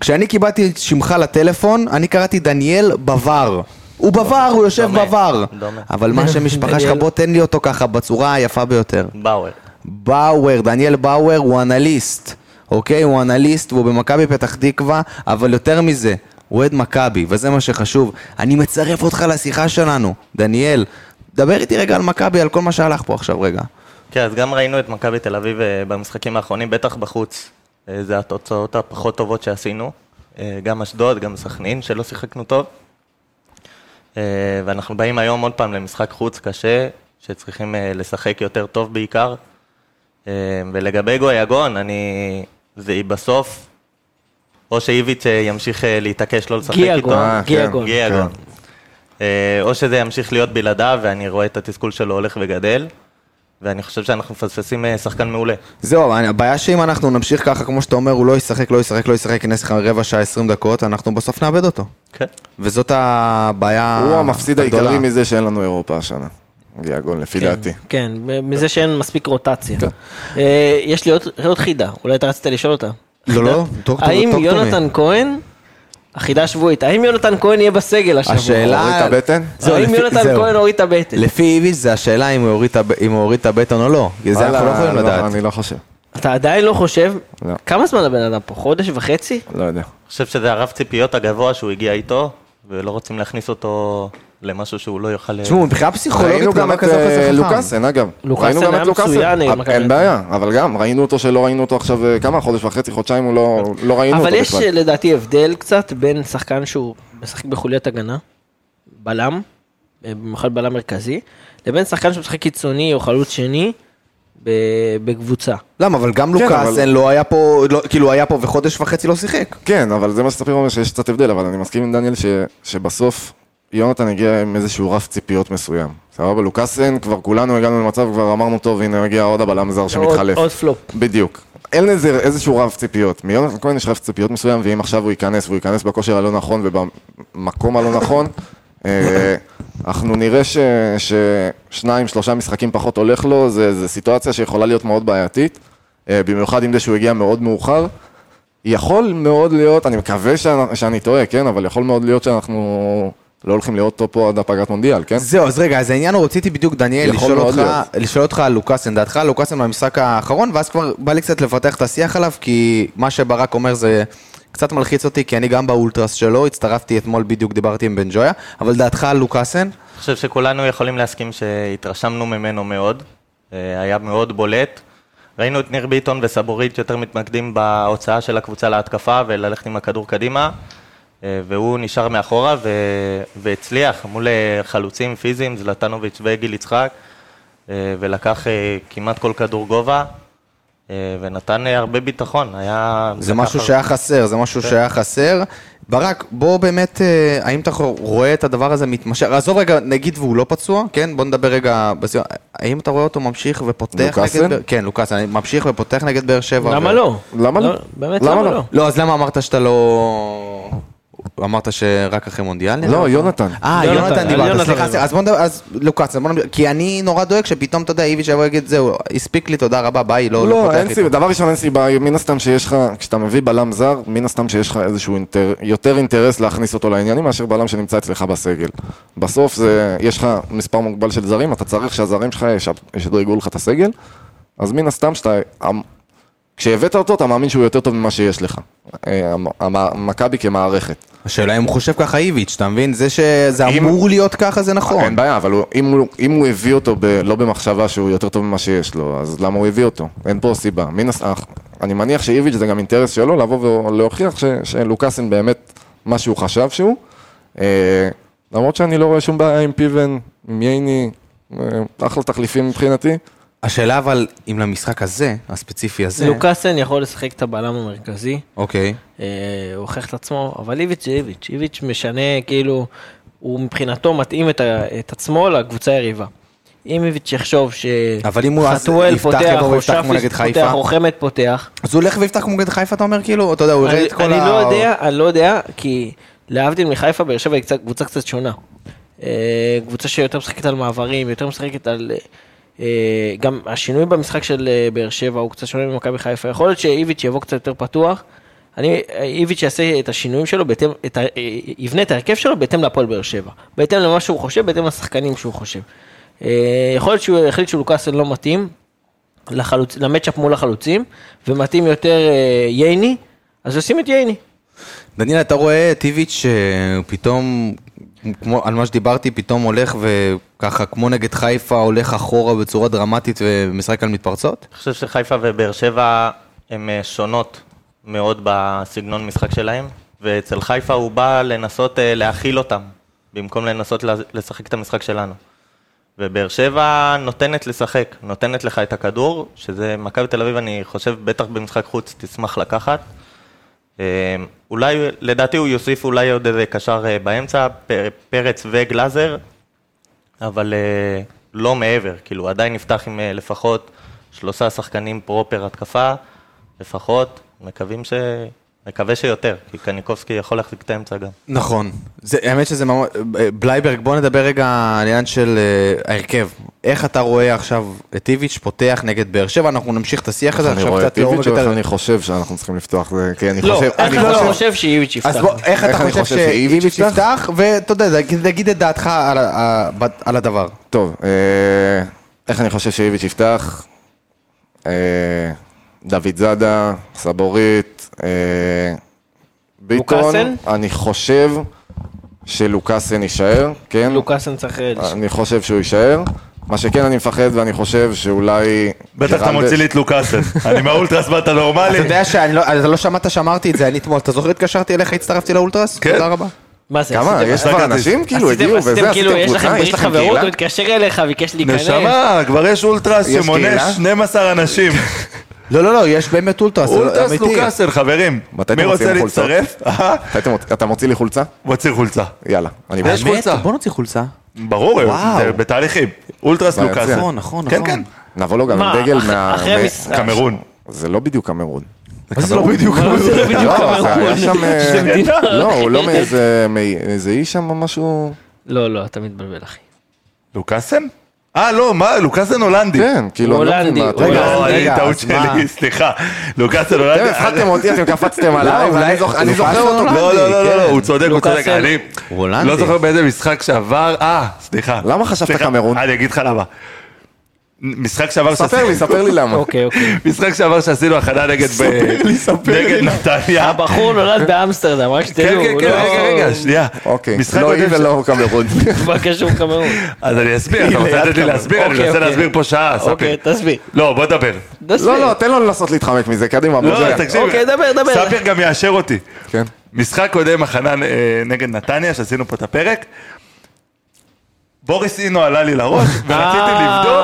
A: כשאני קיבלתי את שמך לטלפון, אני קראתי דניאל בבר. הוא בבר, הוא יושב בבר. אבל מה שם משפחה שלך,
F: דניאל-
A: בוא תן לי אותו ככה, בצורה היפה ביותר.
H: באואר.
A: באואר, דניאל באואר הוא אנליסט, אוקיי? הוא אנליסט והוא במכבי פתח תקווה, אבל יותר מזה, הוא אוהד מכבי, וזה מה שחשוב. אני מצרף אותך לשיחה שלנו, דניאל. דבר איתי רגע על מכבי, על כל מה שהלך פה עכשיו רגע.
H: כן, אז גם ראינו את מכבי תל אביב אה, במשחקים האחרונים, בטח בחוץ. אה, זה התוצאות הפחות טובות שעשינו. אה, גם אשדוד, גם סכנין, שלא שיחקנו טוב. אה, ואנחנו באים היום עוד פעם למשחק חוץ קשה, שצריכים אה, לשחק יותר טוב בעיקר. אה, ולגבי גויגון, אני... זה בסוף, או שאיביץ' אה, ימשיך אה, להתעקש לא לשחק איתו.
F: גיאגון,
G: אה, כן,
F: גיאגון.
H: גיאגון. אה, או שזה ימשיך להיות בלעדיו, ואני רואה את התסכול שלו הולך וגדל, ואני חושב שאנחנו מפספסים אה, שחקן מעולה.
A: זהו, אני- הבעיה שאם אנחנו נמשיך ככה, כמו שאתה אומר, הוא לא ישחק, לא ישחק, לא ישחק, ייכנס לך רבע שעה, 20 דקות, אנחנו בסוף נאבד אותו.
H: כן.
A: וזאת הבעיה
G: הוא המפסיד
A: הגדולה.
G: העיקרי מזה שאין לנו אירופה השנה. גיאגון, לפי דעתי.
F: כן, מזה שאין מספיק רוטציה.
A: כן.
F: אה, יש לי עוד- עוד חידה, אולי אתה רצית לשאול אותה.
A: לא, לא, דוקטור,
F: האם
A: דוקטור
F: יונתן כהן, החידה השבועית, האם יונתן כהן יהיה בסגל השבוע?
A: השאלה...
G: הוריד את הבטן?
A: זהו,
F: האם
A: לפי-
F: יונתן
A: זהו.
F: כהן הוריד את הבטן?
A: לפי איביץ' זה השאלה אם הוא הוריד את הב- אם הוא הוריד את הבטן או לא. כי זה אנחנו לא יכולים
G: וואלה,
A: לדעת.
G: אני לא חושב.
F: אתה עדיין לא חושב?
G: לא.
F: כמה זמן הבן אדם פה? חודש וחצי?
G: לא יודע.
H: אני חושב שזה הרב ציפיות הגבוה שהוא הגיע איתו, ולא רוצים להכניס אותו למשהו שהוא לא יוכל...
A: תשמעו, מבחינה פסיכולוגית
G: ראינו
A: הוא
G: גם
A: לא
G: את
A: כזה
G: אה,
A: כזה חכם.
G: לוקאסן, אגב.
F: לוקאסן
G: ראינו גם
F: היה
G: את לוקאסן.
F: מצוין נגד
G: אה,
F: מכבי
G: אין
F: נתניה.
G: בעיה, אבל גם, ראינו אותו שלא ראינו אותו עכשיו אה, כמה? חודש וחצי, חודשיים, הוא לא- לא ראינו
F: אבל
G: אותו
F: יש
G: בכלל.
F: אה, לדעתי הבדל קצת בין שחקן שהוא משחק בחוליית הגנה, בלם, אה, במיוחד בלם מרכזי, לבין שחקן שמשחק קיצוני או חלוץ שני ב- בקבוצה.
A: למה, אבל גם
G: אבל-
A: לוקאסן לא היה פה, לא- כאילו היה פה וחודש וחצי לא שיחק.
G: כן, אבל זה מה שספיר אומר שיש קצת הבדל, אבל אני מסכים עם דניאל ש, שבסוף יונתן הגיע עם איזשהו רף ציפיות מסוים. סבבה, לוקאסן, כבר כולנו הגענו למצב, כבר אמרנו, טוב, הנה מגיע עוד הבלם זר
F: עוד-
G: שמתחלף.
F: עוד פלופ.
G: בדיוק. אין איזה, איזשהו רב ציפיות. מיונתן כהן יש רב ציפיות מסוים, ואם עכשיו הוא ייכנס, והוא ייכנס בכושר הלא נכון ובמקום הלא נכון, אה, אנחנו נראה ש, ששניים, שלושה משחקים פחות הולך לו, זו סיטואציה שיכולה להיות מאוד בעייתית, אה, במיוחד עם זה שהוא הגיע מאוד מאוחר. יכול מאוד להיות, אני מקווה שאני, שאני טועה, כן, אבל יכול מאוד להיות שאנחנו לא הולכים לראות אותו פה עד הפגרת מונדיאל, כן?
A: זהו, אז רגע, אז העניין הוא, רציתי בדיוק, דניאל,
G: יכול
A: לשאול
G: מאוד
A: אותך,
G: להיות.
A: לשאול אותך על לוקאסן, דעתך על לוקאסן במשחק האחרון, ואז כבר בא לי קצת לפתח את השיח עליו, כי מה שברק אומר זה קצת מלחיץ אותי, כי אני גם באולטרס שלו, הצטרפתי אתמול, בדיוק דיברתי עם בן ג'ויה, אבל דעתך על לוקאסן?
H: אני חושב שכולנו יכולים להסכים שהתרשמנו ממנו מאוד, אה, היה מאוד בולט. ראינו את ניר ביטון וסבורית יותר מתמקדים בהוצאה של הקבוצה להתקפה וללכת עם הכדור קדימה, אה, והוא נשאר מאחורה ו... והצליח מול אה, חלוצים פיזיים, זלטנוביץ' וגיל יצחק, אה, ולקח אה, כמעט כל כדור גובה, אה, ונתן אה, הרבה ביטחון, היה...
A: זה
H: לקח
A: משהו
H: הרבה-
A: שהיה חסר, זה משהו שהיה חסר. ברק, בוא באמת, אה, האם אתה רואה את הדבר הזה מתמשך? עזוב רגע, נגיד והוא לא פצוע, כן? בוא נדבר רגע בסיום. האם אתה רואה אותו ממשיך ופותח נגד...
G: לוקאסן?
A: באר- כן, לוקאסן, ממשיך ופותח נגד באר שבע.
F: למה
A: ו-
F: לא?
G: למה לא?
F: באמת
G: למה
F: למה
G: לא?
F: לא?
A: לא, אז למה אמרת שאתה לא... אמרת שרק אחרי מונדיאל? נראה
G: לא,
A: לך?
G: יונתן.
A: אה,
F: יונתן,
A: יונתן
F: על
A: דיברת,
F: יונתן
A: סליחה,
F: דיברת.
A: אז בוא נדבר, אז לוקאסן, בוא נדבר, כי אני נורא דואג שפתאום, אתה יודע, איביץ' יבוא ויגיד, זהו, הספיק לי, תודה רבה, ביי, לא, לא
G: לא,
A: פותח
G: אין סיבה,
A: איתו.
G: דבר ראשון אין סיבה, מן הסתם שיש לך, כשאתה מביא בלם זר, מן הסתם שיש לך איזשהו אינטר, יותר אינטרס להכניס אותו לעניינים מאשר בלם שנמצא אצלך בסגל. בסוף זה, יש לך מספר מוגבל של זרים, אתה צריך שהזרים שלך יש- ישדרגו לך את הסגל, אז מן הסתם שאתה, המ- כשהבאת אותו אתה מאמין שהוא יותר טוב ממה שיש לך. אה, המ- המ- מכבי כמערכת.
A: השאלה אם הוא חושב ככה איביץ', אתה מבין? זה שזה
G: אם-
A: אמור להיות ככה זה
G: אה, אין
A: נכון.
G: בעיה, אבל הוא, אם, הוא, אם הוא הביא אותו ב, לא במחשבה שהוא יותר טוב ממה שיש לו, אז למה הוא הביא אותו? אין פה סיבה. מן הס... אך- אני מניח שאיביץ' זה גם אינטרס שלו לבוא ולהוכיח ש, שלוקאסן באמת מה שהוא חשב שהוא. אה, למרות שאני לא רואה שום בעיה עם פיבן, עם ייני, אה, אחלה תחליפים מבחינתי.
A: השאלה אבל, אם למשחק הזה, הספציפי הזה,
F: לוקאסן יכול לשחק את הבלם המרכזי,
A: אוקיי.
F: אה, הוא הוכיח את עצמו, אבל איביץ' זה איביץ', איביץ' משנה, כאילו, הוא מבחינתו מתאים את, ה, את עצמו לקבוצה היריבה. אם איביץ' יחשוב
A: אבל אם הוא אז
F: שחתואל
A: יפתח,
F: פותח,
A: יבוא
F: או
A: ויפתח כמו נגד
F: שפיס
A: חיפה?
F: פותח, או חמד פותח,
A: אז הוא הולך ויפתח נגד חיפה, אתה אומר כאילו? אתה יודע, הוא יראה
F: אני,
A: את כל
F: אני
A: ה...
F: לא יודע, אני לא יודע, כי להבדיל מחיפה, באר שבע היא קצת- קבוצה קצת שונה. אה, קבוצה שיותר משחקת על מעברים, יותר משחקת על... אה, אה, גם השינוי במשחק של אה, באר שבע הוא קצת שונה ממכבי חיפה. יכול להיות שאיביץ' יבוא קצת יותר פתוח. אני, איביץ' יעשה את השינויים שלו, בהתאם, את ה, אה, יבנה את ההרכב שלו בהתאם להפועל באר שבע. בהתאם למה שהוא חושב, בהתאם לשחקנים שהוא חושב. אה, יכול להיות שהוא יחליט שלוקאסן לא מתאים, לחלוצ... למצ'אפ מול החלוצים, ומתאים יותר אה, ייני, אז עושים את ייני.
A: דניאל, אתה רואה את איביץ' שפתאום, כמו על מה שדיברתי, פתאום הולך וככה, כמו נגד חיפה, הולך אחורה בצורה דרמטית ומשחק על מתפרצות?
H: אני חושב שחיפה ובאר שבע הן אה, שונות מאוד בסגנון משחק שלהם, ואצל חיפה הוא בא לנסות אה, להכיל אותם, במקום לנסות לה- לשחק את המשחק שלנו. ובאר שבע נותנת לשחק, נותנת לך את הכדור, שזה מכבי תל אביב, אני חושב, בטח במשחק חוץ תשמח לקחת. אה, אולי, לדעתי הוא יוסיף אולי עוד איזה קשר אה, באמצע, פ- פרץ וגלאזר, אבל אה, לא מעבר, כאילו עדיין נפתח עם אה, לפחות שלושה שחקנים פרופר התקפה, לפחות, מקווים ש... מקווה שיותר, כי קניקובסקי יכול להחזיק את האמצע גם.
A: נכון. זה, האמת שזה ממש... בלייברג, בוא נדבר רגע על העניין של אה, ההרכב. איך אתה רואה עכשיו את איביץ' פותח נגד באר שבע? אנחנו נמשיך את השיח הזה
G: אני
A: עכשיו
G: רואה את
A: קצת לעומק
G: פיביץ' או איך
A: יותר.
G: אני חושב שאנחנו צריכים לפתוח, זה- כי אני
F: לא,
G: חושב...
F: איך
G: אני
F: לא,
G: חושב-
F: לא, חושב שאיביץ' יפתח.
A: אז בוא, איך אתה
G: איך אני
A: חושב
G: חושב שאיביץ'
A: שאיביץ'
G: יפתח?
A: יפתח, ואתה יודע, תגיד את דעתך על ה- ה- ב- על הדבר.
G: טוב, אה, איך אני חושב שאיביץ' יפתח? אה, דוד זאדה, סבורית, אה, ביטון.
F: לוקאסן?
G: אני חושב שלוקאסן יישאר, כן?
F: לוקאסן צריך... אה, לש-
G: אני חושב שהוא יישאר. מה שכן אני מפחד ואני חושב שאולי...
E: בטח אתה
G: גרנדש-
E: מוציא לי את
A: [laughs]
E: לוקאסן. אני מהאולטרס ואתה נורמלי.
A: אתה יודע שאני לא, אתה לא שמעת שאמרתי את זה, אני אתמול, אתה זוכר התקשרתי אליך, הצטרפתי לאולטרס?
E: כן.
A: תודה רבה.
F: מה זה?
G: כמה?
F: עשיתם-
G: יש כבר
E: עשיתם-
G: אנשים כאילו
F: עשיתם-
G: הגיעו וזה,
F: עשיתם כאילו, יש לכם
G: קבוצה?
F: ברית חברות, הוא התקשר אליך, ביקש להיכנס.
A: כן,
E: נשמה, כבר יש אולטרס
G: יש
E: שמונה
G: קהילה?
A: [laughs]
E: 12 אנשים.
A: לא, לא, לא, יש באמת אולטרס, זה
E: אולטרס
A: אמיתי.
E: לוקאסן, חברים.
G: מתי
E: מי
G: אתם
E: רוצה
G: מוציאים חולצות?
E: להצטרף? אה?
G: אתה הייתם מוצ- אתה מוציא לי חולצה?
E: מוציא חולצה.
G: יאללה, אני בא.
E: יש חולצה.
A: בוא נוציא חולצה.
E: ברור,
A: וואו.
E: זה בתהליכים. אולטרס
G: ביציע.
E: לוקאסן.
A: נכון, נכון,
E: כן,
A: נכון.
E: כן.
G: נבוא לו גם
F: מה,
G: עם דגל
F: אח-
G: מה...
F: אחרי
G: מה-
F: המשחק.
E: קמרון.
G: זה לא בדיוק קמרון.
A: מה זה לא בדיוק?
F: [laughs] זה בדיוק
G: לא, זה
F: קמרון.
G: היה שם...
F: זה מדינה.
G: לא, הוא לא מאיזה... מאיזה איש שם משהו...
F: לא, לא, אתה מתבלבל, אחי.
E: לוקאסן? אה, לא, מה, לוקאסן הולנדי.
G: כן, כאילו... אני לא מבין
F: הולנדי,
G: מה-
F: הוא
G: רגע,
E: לא,
A: רגע,
E: אני טעות
A: אז מה?
E: שלי, סליחה. לוקאסן
G: אתם
E: הולנדי. אה,
G: הפחדתם אותי, אתם קפצתם עליי,
A: אולי-
G: ואני זוכ- אני
A: לוקאסן
G: זוכר אותו.
A: הולנדי.
E: לא, לא, לא, לא,
A: כן.
E: לא, הוא צודק, הוא צודק.
F: לוקאסן-
E: אני
A: הוא הולנדי.
E: לא זוכר באיזה משחק שעבר, אה, סליחה.
G: למה חשבת
E: סליחה,
G: קמרון?
E: אני אגיד לך למה. משחק שעבר
G: ספר לי, ספר לי למה.
F: אוקיי, אוקיי.
E: משחק שעבר שעשינו הכנה נגד ב- נגד נתניה.
F: הבחור נולד באמסטרדם, רק שתדעו.
E: כן, כן,
F: הוא
E: כן,
F: לא-
E: רגע, רגע, שנייה.
G: אוקיי,
E: משחק
G: לא היא
E: קודם ש-
G: ולא קמרון.
F: [laughs] מה קשור קמרון?
E: אז אני אסביר, אתה רוצה לתת לי להסביר? אני
F: אוקיי,
E: מנסה
F: אוקיי.
E: להסביר פה שעה, ספיר.
F: אוקיי, תסביר.
E: לא, בוא דבר.
F: תסביר.
G: לא, לא, תן לו לנסות להתחמק מזה, קדימה, בוא
E: לא,
G: זה.
E: תקשיב.
F: אוקיי, דבר, דבר.
E: ספיר גם יאשר אותי.
G: כן.
E: משחק קודם, הכנה אה, נגד נתניה, שעשינו פה את הפרק. בוריס אינו עלה לי
F: [laughs]
E: לראש, ורציתי
F: אה.
E: לבדוק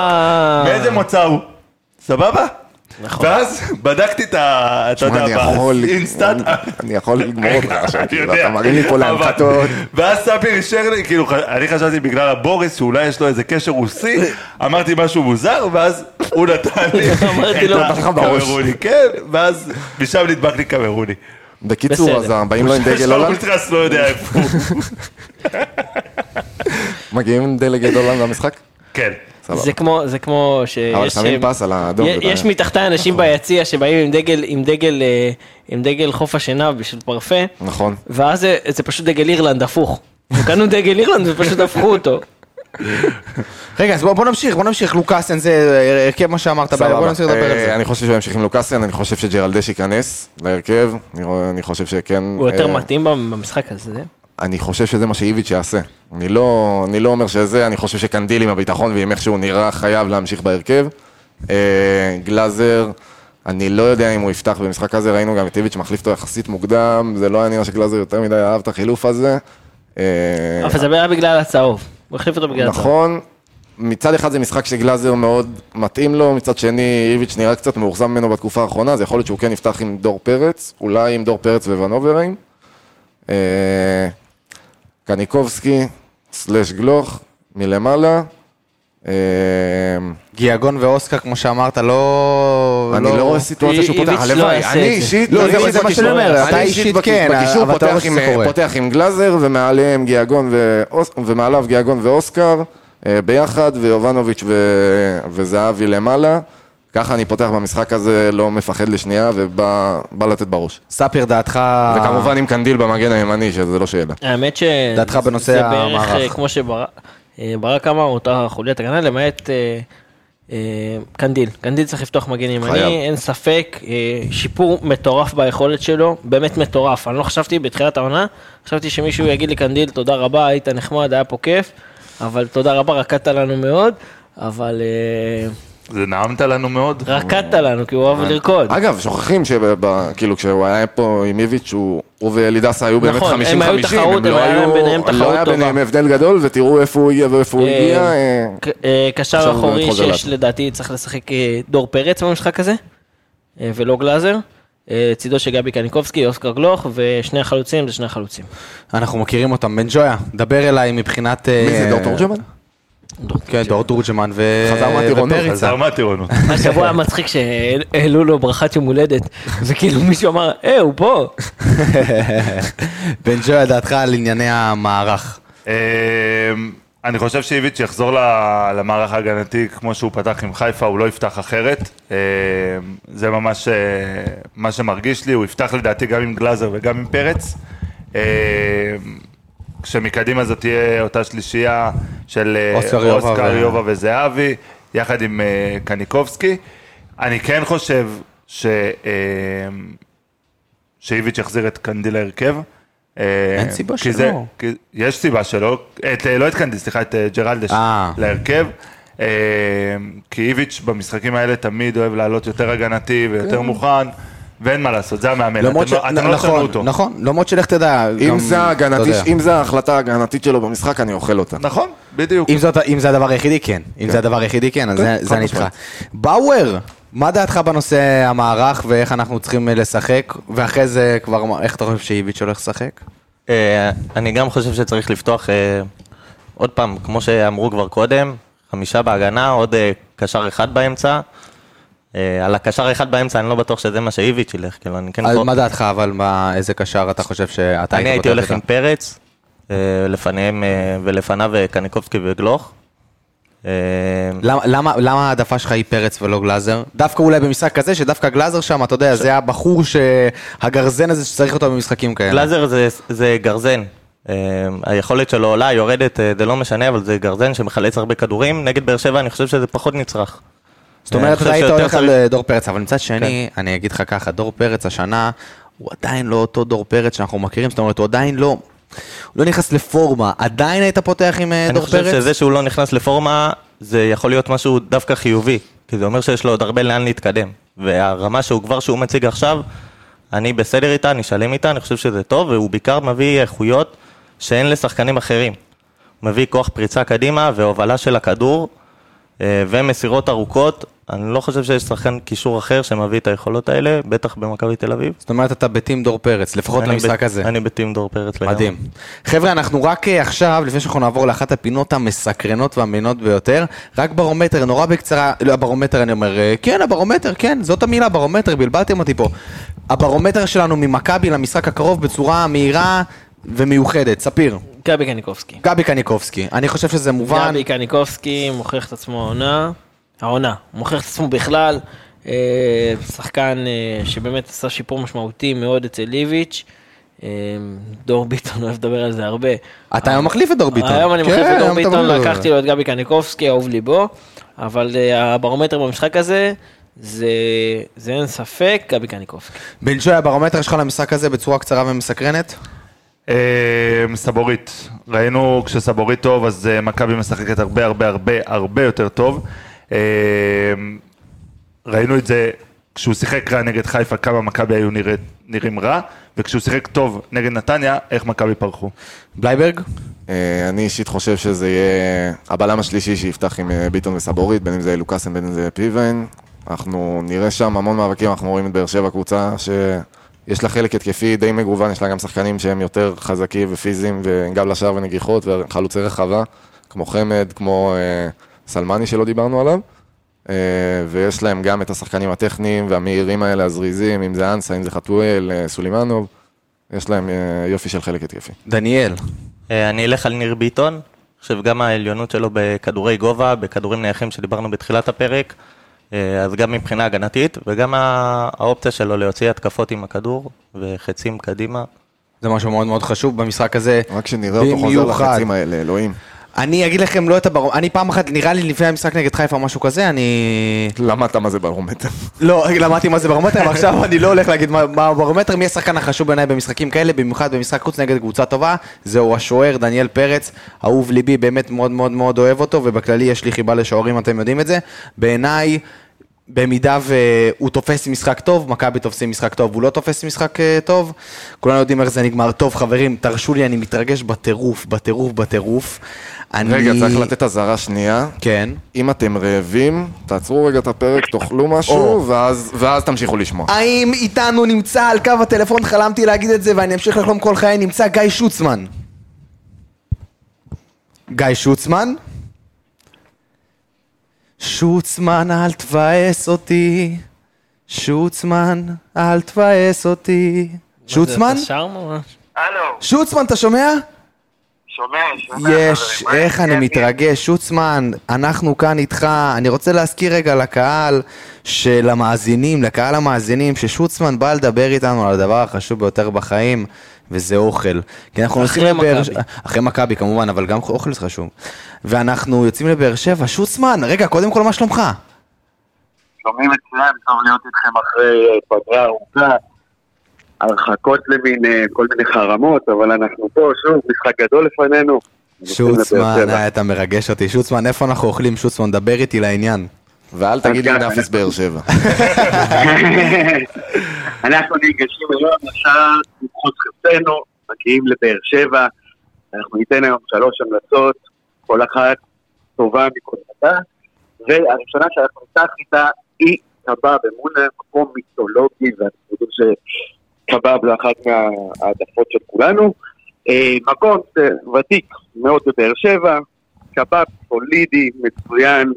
E: מאיזה מוצא הוא. סבבה?
F: נכון.
E: ואז בדקתי את ה... אתה
G: מה,
E: יודע,
G: אני יכול...
E: באינסטנט.
G: אני יכול לגמור אותך
E: [laughs]
G: עכשיו,
E: אני
G: כאילו,
E: יודע.
G: אתה מרים לי פה
E: אבל-
G: להנחתות.
E: ואז ספיר אישר לי, כאילו, ח- אני חשבתי בגלל הבוריס, שאולי יש לו איזה קשר רוסי, אמרתי משהו מוזר, ואז הוא נתן לי
F: [laughs] אמרתי לו,
G: נתן לך בראש.
E: הקמרוני, כן, ואז משם נדבק לי קמרוני.
G: בקיצור,
F: בסדר.
G: אז באים לו לא עם
E: [laughs] יש
G: דגל
E: לו
G: הולנד,
E: אולטרס לא יודע איפה הוא.
G: מגיעים עם דגל הולנד למשחק?
E: כן.
G: סבבה.
F: זה כמו, זה כמו שיש...
G: אבל שמים פס על האדום,
F: יש-
G: זה
F: יש
G: בעיה.
F: מתחתי אנשים
G: נכון.
F: ביציע שבאים עם דגל, עם דגל, אה, עם דגל חוף השנהב בשביל פרפה,
G: נכון.
F: ואז זה, זה פשוט דגל אירלנד הפוך. הם קנו דגל אירלנד ופשוט הפכו אותו.
A: רגע, אז בוא בוא נמשיך, בוא נמשיך, לוקאסן זה אה, הרכב מה שאמרת,
G: סבבה.
A: בוא נמשיך לדבר על
G: אה,
A: זה.
G: אני חושב שהוא ימשיך עם לוקאסן, אני חושב שג'רלדש ייכנס להרכב, אני רוא- אני חושב שכן...
F: הוא יותר
G: אה,
F: מתאים במשחק הזה.
G: אני חושב שזה מה שאיביץ' יעשה. אני לא, אני לא אומר שזה, אני חושב שקנדיל עם הביטחון ועם איך שהוא נראה חייב להמשיך בהרכב. אה, גלאזר, אני לא יודע אם הוא יפתח במשחק הזה, ראינו גם את איביץ' מחליף אותו יחסית מוקדם, זה לא היה נראה שגלאזר יותר מדי אהב את החילוף הזה. אה,
F: אבל זה היה בגלל הצהוב. הוא החליף אותו בגלל הצהוב.
G: נכון. מצד אחד זה משחק שגלאזר מאוד מתאים לו, מצד שני איביץ' נראה קצת מאוכזם ממנו בתקופה האחרונה, אז יכול להיות שהוא כן יפתח עם דור פרץ, אולי עם דור פרץ ווונוברים. אה, קניקובסקי, סלאש גלוך, מלמעלה. אה,
A: גיאגון ואוסקר, כמו שאמרת, לא...
G: אני לא רואה סיטואציה שהוא
F: אי-
G: פותח,
F: איביץ' לא
G: הלוואי.
F: יעשה
G: אני
F: את זה.
G: אישית,
A: לא,
G: אני
A: זה-
G: אישית
A: זה מה
G: בקישור-
A: שאני אומר, אתה
G: אני
A: אישית כן,
G: בקישור
A: אבל אתה לא רואה
G: פותח עם-
A: שזה קורה.
G: פותח עם גלאזר, ומעליהם גאגון ואוס- ומעליו גאגון ואוסקר אה, ביחד, ויובנוביץ' ו- וזהבי למעלה. ככה אני פותח במשחק הזה, לא מפחד לשנייה, ובא בא לתת בראש.
A: ספיר, דעתך...
G: וכמובן עם קנדיל במגן הימני, שזה לא שאלה.
F: האמת ש...
A: דעתך בנושא
F: זה בערך,
A: המערך.
F: אה, כמו שברק אמר, אותה חוליית הגנה, למעט אה, אה, קנדיל. קנדיל צריך לפתוח מגן
G: חייב.
F: ימני, אין ספק. אה, שיפור מטורף ביכולת שלו, באמת מטורף. אני לא חשבתי בתחילת העונה, חשבתי שמישהו יגיד לי קנדיל, תודה רבה, היית נחמד, היה פה כיף, אבל תודה רבה, רקדת לנו מאוד, אבל אה,
E: זה נעמת לנו מאוד.
F: רקדת לנו, כי הוא
A: אה,
F: אוהב לרקוד.
G: אגב, שוכחים שכאילו כשהוא היה פה עם איביץ', הוא הוא ואלידסה היו באמת 50-50,
F: נכון, הם היו תחרות,
G: לא
F: הם היה להם ביניהם
G: לא היה
F: תחרות טובה. כן.
G: ביניהם הבדל גדול, ותראו איפה הוא הגיע ואיפה הוא הגיע. אה,
F: ק- אה, קשר
G: עכשיו הוא
F: אחורי
G: באמת חוזר
F: שיש
G: לעצמו.
F: לדעתי צריך לשחק אה, דור פרץ במשחק הזה, אה, ולא גלאזר. אה, צידו של גבי קניקובסקי, אוסקר גלוך, ושני החלוצים זה
G: [laughs]
F: שני החלוצים.
A: אנחנו מכירים אותם. בן ג'ויה, דבר אליי מבחינת...
F: כן.
G: מי זה
A: אה,
G: דור תורג'מן?
A: כן, דור תורג'מן ו...
G: חזר
E: אה,
G: מהטירונות.
A: ופריצה.
E: חזר מהטירונות.
F: השבוע היה מצחיק שהעלו לו ברכת יום הולדת, [laughs] וכאילו מישהו אמר, אה, הוא פה.
A: בן ג'וי, דעתך על ענייני המערך.
E: אמ, אני חושב שאיביץ' יחזור ל- למערך ההגנתי כמו שהוא פתח עם חיפה, הוא לא יפתח אחרת. אמ, זה ממש אה, מה שמרגיש לי, הוא יפתח לדעתי גם עם גלאזר וגם עם פרץ. אמ, כשמקדימה זאת תהיה אותה שלישייה של אה,
A: אוסקר יובה
E: אוסקר
A: ו-
E: יובה וזהבי, יחד עם אה, קניקובסקי. אני כן חושב ש... אמ, שאיביץ' יחזיר את קנדי להרכב. אמ, אין
A: סיבה שלא.
E: יש סיבה שלא, את, אה, לא את קנדי, סליחה, את אה, ג'רלדש
A: אה.
E: להרכב. אה, כי איביץ' במשחקים האלה תמיד אוהב לעלות יותר הגנתי ויותר מוכן, ואין מה לעשות, זה המאמן, אתם
A: כן. למרות ש...
E: לא- אתם לא תשנו
A: נכון,
E: אותו.
A: נכון, למרות שלך תדע. גם-
G: אם זה
A: אתה
G: ההגנתי,
A: יודע.
G: אם זה ההחלטה ההגנתית שלו במשחק, אני אוכל אותה.
E: נכון, בדיוק.
A: אם זאת- אם זה הדבר היחידי, כן. אם זה הדבר היחידי, כן, אז זה- זה
G: חד
A: אני איתך.
G: משמעית.
A: באואר, מה דעתך בנושא המערך ואיך אנחנו צריכים אה, לשחק? ואחרי זה כבר, מה- איך אתה חושב שאיביץ' הולך לשחק?
H: אה, אני גם חושב שצריך לפתוח, אה, עוד פעם, כמו שאמרו כבר קודם, חמישה בהגנה, עוד אה, קשר אחד באמצע. אה, על הקשר אחד באמצע אני לא בטוח שזה מה שאיביץ' ילך, כאילו אני כן...
A: אז
H: חו-
A: מה דעתך, אבל מה- איזה קשר אתה חושב שאתה
H: אני הייתי
A: פותח
H: הולך
A: איתו?
H: עם פרץ, אה, לפניהם אה, ולפניו אה, קניקובסקי וגלוך. אה,
A: למה- למה למה העדפה שלך היא פרץ ולא גלאזר? דווקא אולי במשחק כזה, שדווקא גלאזר שם, אתה יודע, זה הבחור שהגרזן הזה שצריך אותו במשחקים כאלה.
H: גלאזר זה- זה גרזן. אה, היכולת שלו עולה, יורדת, אה, זה לא משנה, אבל זה גרזן שמחלץ הרבה כדורים. נגד באר שבע אני חושב שזה פחות נצרך.
A: זאת אומרת, אתה
H: אני
A: היית
H: חושב
A: הולך
H: שיותר
A: על
H: צריך- כן.
A: אה, דור פרץ, אבל מצד שני, אני אגיד לך ככה, דור פרץ השנה, הוא עדיין לא אותו דור פרץ שאנחנו מכירים, זאת אומרת, הוא עדיין לא... הוא לא נכנס לפורמה, עדיין היית פותח עם אה,
H: אני
A: דור
H: חושב
A: פרץ?
H: שזה שהוא לא נכנס לפורמה, זה יכול להיות משהו דווקא חיובי, כי זה אומר שיש לו עוד הרבה לאן להתקדם. והרמה שהוא כבר שהוא מציג עכשיו, אני בסדר איתה, אני שלם איתה, אני חושב שזה טוב, והוא בעיקר מביא איכויות שאין לשחקנים אחרים. הוא מביא כוח פריצה קדימה והובלה של הכדור, אה, ומסירות ארוכות. אני לא חושב שיש שחקן קישור אחר שמביא את היכולות האלה, בטח במכבי תל אביב.
A: זאת אומרת, אתה בטים דור פרץ, לפחות
H: אני
A: למשחק
H: ב-
A: הזה.
H: אני בטים דור פרץ לגמרי.
A: מדהים. חבר'ה, אנחנו רק אה, עכשיו, לפני שאנחנו נעבור לאחת הפינות המסקרנות והמעניינות ביותר, רק ברומטר, נורא בקצרה, לא, הברומטר אני אומר, אה, כן, הברומטר, כן, זאת המילה, ברומטר, בלבלתם אותי פה. הברומטר שלנו ממכבי למשחק הקרוב בצורה מהירה ומיוחדת. ספיר,
F: גבי קניקובסקי.
A: גבי קניקובסקי, אני חושב שזה מובן.
F: גבי קניקובסקי מוכיח את עצמו העונה, העונה, מוכיח את עצמו בכלל, אה, שחקן אה, שבאמת עשה שיפור משמעותי מאוד אצל איביץ', אה, דור ביטון אוהב לדבר על זה הרבה.
A: אתה היום מחליף את דור ביטון.
F: אה, היום אני מחליף
A: כן,
F: את דור
A: היום אתה
F: ביטון, לא
A: מחליף.
F: לקחתי לו את גבי קניקובסקי, אהוב ליבו, אבל אה, הברומטר במשחק הזה, זה זה אין ספק גבי קניקובסקי.
A: בן שוי, הברומטר שלך למשחק הזה בצורה קצרה ומסקרנת?
E: אמ, סבורית, ראינו כשסבורית טוב אז אה, מכבי משחקת הרבה הרבה הרבה הרבה יותר טוב. אמ, ראינו את זה כשהוא שיחק רע נגד חיפה כמה מכבי היו נראית- נראים רע, וכשהוא שיחק טוב נגד נתניה איך מכבי פרחו.
A: בלייברג?
G: אה, אני אישית חושב שזה יהיה הבלם השלישי שיפתח עם אה, ביטון וסבורית, בין אם זה לוקאסן, בין אם זה פיבן. אנחנו נראה שם המון מאבקים, אנחנו רואים את באר שבע קבוצה שיש לה חלק התקפי די מגוון, יש לה גם שחקנים שהם יותר חזקים ופיזיים, וגם לשער ונגיחות וחלוצי רחבה, כמו חמד, כמו אה, סלמני שלא דיברנו עליו. אה, ויש להם גם את השחקנים הטכניים והמהירים האלה, הזריזים, אם זה אנסה, אם זה חתואל, אה, סולימנוב. יש להם אה, יופי של חלק התקפי.
A: דניאל.
H: אה, אני אלך על ניר ביטון, אני חושב גם העליונות שלו בכדורי גובה, בכדורים נייחים שדיברנו בתחילת הפרק, אה, אז גם מבחינה הגנתית, וגם ה- האופציה שלו להוציא התקפות עם הכדור, וחצים קדימה.
A: זה משהו מאוד מאוד חשוב במשחק הזה.
G: רק שנראה אותו חוזר
A: במיוחד.
G: לחצים האלה, אלוהים.
A: אני אגיד לכם לא את הברום, אני פעם אחת, נראה לי לפני המשחק נגד חיפה או משהו כזה, אני...
G: למדת מה זה ברומטר.
A: לא, למדתי מה זה ברומטר, אבל עכשיו אני לא הולך להגיד מה- מה הברומטר, מי השחקן החשוב בעיניי במשחקים כאלה, במיוחד במשחק חוץ נגד קבוצה טובה, זהו השוער דניאל פרץ, אהוב ליבי, באמת מאוד מאוד מאוד אוהב אותו, ובכללי יש לי חיבה לשוערים, אתם יודעים את זה. בעיניי, במידה והוא תופס משחק טוב, מכבי תופסים משחק טוב, הוא לא תופס משחק אה, טוב. כולנו יודעים איך זה נגמר. טוב, חברים, תרשו לי, אני מתרגש בטירוף, בטירוף, בטירוף. אני...
G: [laughs] רגע, צריך לתת אזהרה שנייה.
A: כן.
G: אם אתם רעבים, תעצרו רגע את הפרק, תאכלו משהו, ואז- ואז תמשיכו לשמוע.
A: האם איתנו נמצא על קו הטלפון, חלמתי להגיד את זה ואני אמשיך לחלום כל חיי, נמצא גיא שוצמן. גיא שוצמן? שוצמן, אל תבאס אותי. שוצמן, אל תבאס אותי. שוצמן?
F: אתה שר ממש?
I: הלו,
A: שוצמן, אתה שומע?
I: שומע, שומע.
A: יש,
I: חברים.
A: איך אני
I: כן,
A: מתרגש. שוצמן, אנחנו כאן איתך. אני רוצה להזכיר רגע לקהל של המאזינים, לקהל המאזינים, ששוצמן בא לדבר איתנו על הדבר החשוב ביותר בחיים, וזה אוכל. כי אנחנו נוסעים
F: אחרי
A: לבאר
F: מכבי.
A: שבע... אחרי מכבי, כמובן, אבל גם אוכל זה חשוב. ואנחנו יוצאים לבאר שבע. שוצמן, רגע, קודם כל, מה שלומך?
I: כן. שומעים מצוין, טוב להיות איתכם אחרי אה, פגרה ארוכה. הרחקות למין אה, כל מיני חרמות, אבל אנחנו פה, שוב, משחק גדול לפנינו.
A: שוצמן, אה, אתה מרגש אותי. שוצמן, איפה אנחנו אוכלים? שוצמן, דבר איתי לעניין.
G: ואל תגיד לי
I: ככה,
G: נאפיס באר שבע.
I: [laughs] אנחנו ניגשים היום לשער למחות חפצנו, מגיעים לבאר שבע, אנחנו ניתן היום שלוש המלצות, כל אחת טובה מקודמתה, והראשונה שאנחנו נפתח איתה היא קבב אמונה, מקום מיתולוגי, ואנחנו יודעים שקבב זה אחת מההעדפות של כולנו. אה, מקום אה, ותיק מאוד בבאר שבע, קבב סולידי, מצוין,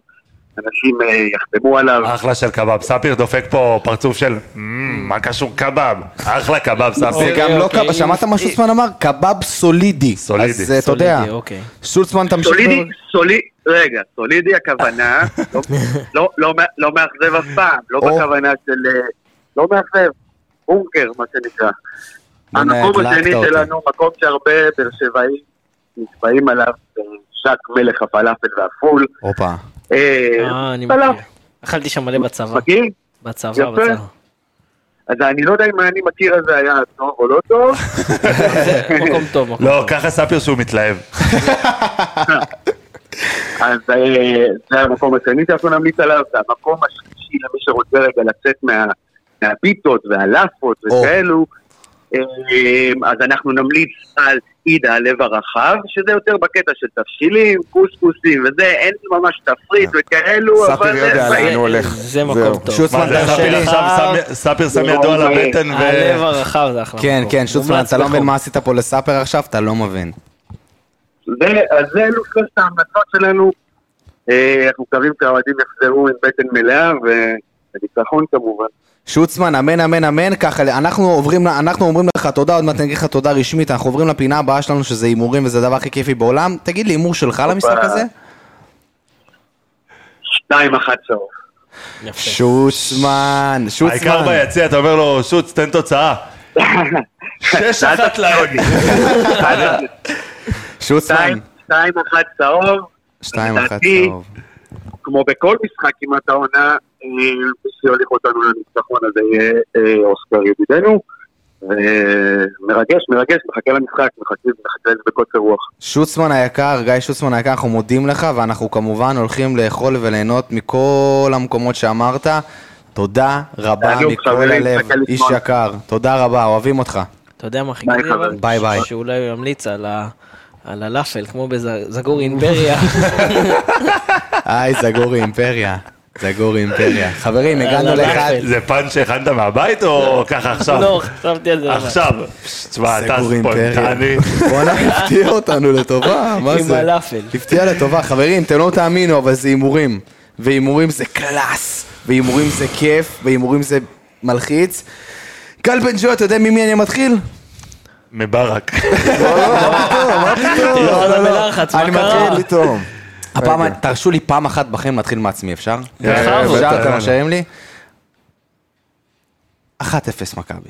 I: אנשים אה, יחתמו עליו.
E: אחלה של קבב. ספיר דופק פה פרצוף של "מ, מה קשור קבב? אחלה קבב,
A: זה
E: ספיר.
A: גם לא
F: אוקיי.
A: קבב, שמעת מה שוצמן אמר? קבב סולידי.
E: סולידי.
A: אז אה, אתה יודע,
F: סולידי, אוקיי.
A: שולצמן תמשיך.
I: סולידי,
A: לדבר.
I: סולידי, רגע, סולידי הכוונה, לא- לא- לא מה- לא מאכזב אף פעם, לא
A: או.
I: בכוונה של... אה, לא מאכזב, בונקר, מה שנקרא.
A: הנה,
I: המקום
A: הדלקת
I: השני
A: אותי.
I: שלנו, מקום שהרבה באר שבעים נשבעים עליו, אה, שק מלך הפלאפל והפול.
A: הופה.
I: אה,
F: אה, אני
I: פלאפל.
F: מכיר. אכלתי שם מלא בצבא.
I: מכיר?
F: בצבא,
I: יפה.
F: בצבא.
I: אז אני לא יודע אם אני מכיר אז זה היה טוב או לא טוב.
F: מקום טוב, מקום
E: לא,
F: טוב.
E: ככה ספיר שהוא מתלהב.
I: אז אה, זה המקום השני שאנחנו נמליץ עליו, והמקום השלישי למי שרוצה רגע לצאת מה, מהפיתות והלאפות
A: או.
I: וכאלו, אה, אז אנחנו נמליץ על עיד הלב הרחב, שזה יותר בקטע של תבשילים, קוסקוסים וזה, אין ממש תפריט וכאלו,
G: ספיר לא יודע
I: זה-
G: לאן הוא הולך.
F: זה
G: זהו.
F: מקום טוב.
A: שוצמן
E: מה זה,
A: תרשה
E: ספיר
A: לי.
E: עכשיו שם- ספיר שם ידו על הבטן כן, ו...
F: הלב הרחב זה אחלה.
A: כן,
F: מקום.
A: כן, שוצמן,
F: מומלץ
A: אתה לא
F: בחום.
A: מבין מה עשית פה לסאפר עכשיו? אתה לא מבין.
I: זה, אז זה אלו שלושת ההמלצות שלנו. אה, אנחנו מקווים שהאוהדים יחזרו עם בטן מלאה ו- וניצחון כמובן.
A: שוצמן, אמן, אמן, אמן, ככה, אנחנו עוברים, אנחנו אומרים לך תודה, עוד מעט נגיד לך תודה רשמית, אנחנו עוברים לפינה הבאה שלנו שזה הימורים וזה הדבר הכי כיפי בעולם. תגיד לי, הימור שלך למשחק הזה?
I: שתיים אחת צהוב.
F: יפה.
A: שוצמן,
E: העיקר
A: שוצמן.
E: ביציע, אתה אומר לו, שוץ, תן תוצאה. שש אחת להם.
A: שוצמן.
I: שתיים, שתיים אחת צהוב.
A: שתיים אחת
I: לדעתי,
A: צהוב.
I: כמו בכל משחק כמעט העונה, אה, מי שיוליך אותנו לניצחון הזה יהיה אה, אוסקר ידידנו. ומרגש, מרגש, מחכה למשחק, מחכה מחכה לזה בקוצר רוח.
A: שוצמן היקר, גיא שוצמן היקר, אנחנו מודים לך, ואנחנו כמובן הולכים לאכול וליהנות מכל המקומות שאמרת. תודה רבה
I: תענוג,
A: מכל
I: חברים,
A: הלב,
I: תסתכל לשמאל.
A: איש יקר. תודה רבה, אוהבים
I: [laughs]
A: אותך.
F: אתה יודע מה חיכה לי אבל?
I: חברים.
A: ביי, ביי.
F: שאולי הוא ימליץ על ה... על הלאפל, כמו בזגור אימפריה.
A: היי, זגורי אימפריה. זגורי אימפריה. חברים, הגענו
F: יאללה,
A: לאחד.
F: לאפל.
E: זה פאנץ' שהכנת מהבית או ככה עכשיו?
F: לא, חשבתי על זה. ממש.
E: עכשיו. תשמע, אתה
A: לא. סגור
E: ספונטני.
A: אימפריה. בואנה, [laughs] הפתיע אותנו לטובה, מה
F: עם
A: זה?
F: הלאפל.
A: הפתיע לטובה. חברים, אתם לא תאמינו, אבל זה הימורים. והימורים זה קלאס, והימורים זה כיף, והימורים זה מלחיץ. גל בן ג'ו, אתה יודע ממי אני מתחיל?
E: מברק. [laughs]
F: לא, לא, בלחץ, מה
A: אני
F: קרה?
A: מתחיל פתאום. הפעם, תרשו לי פעם אחת בכם להתחיל מעצמי, אפשר?
E: יאללה,
A: אפשר,
E: בטח.
A: אתם מרשים לי? 1-0 מכבי,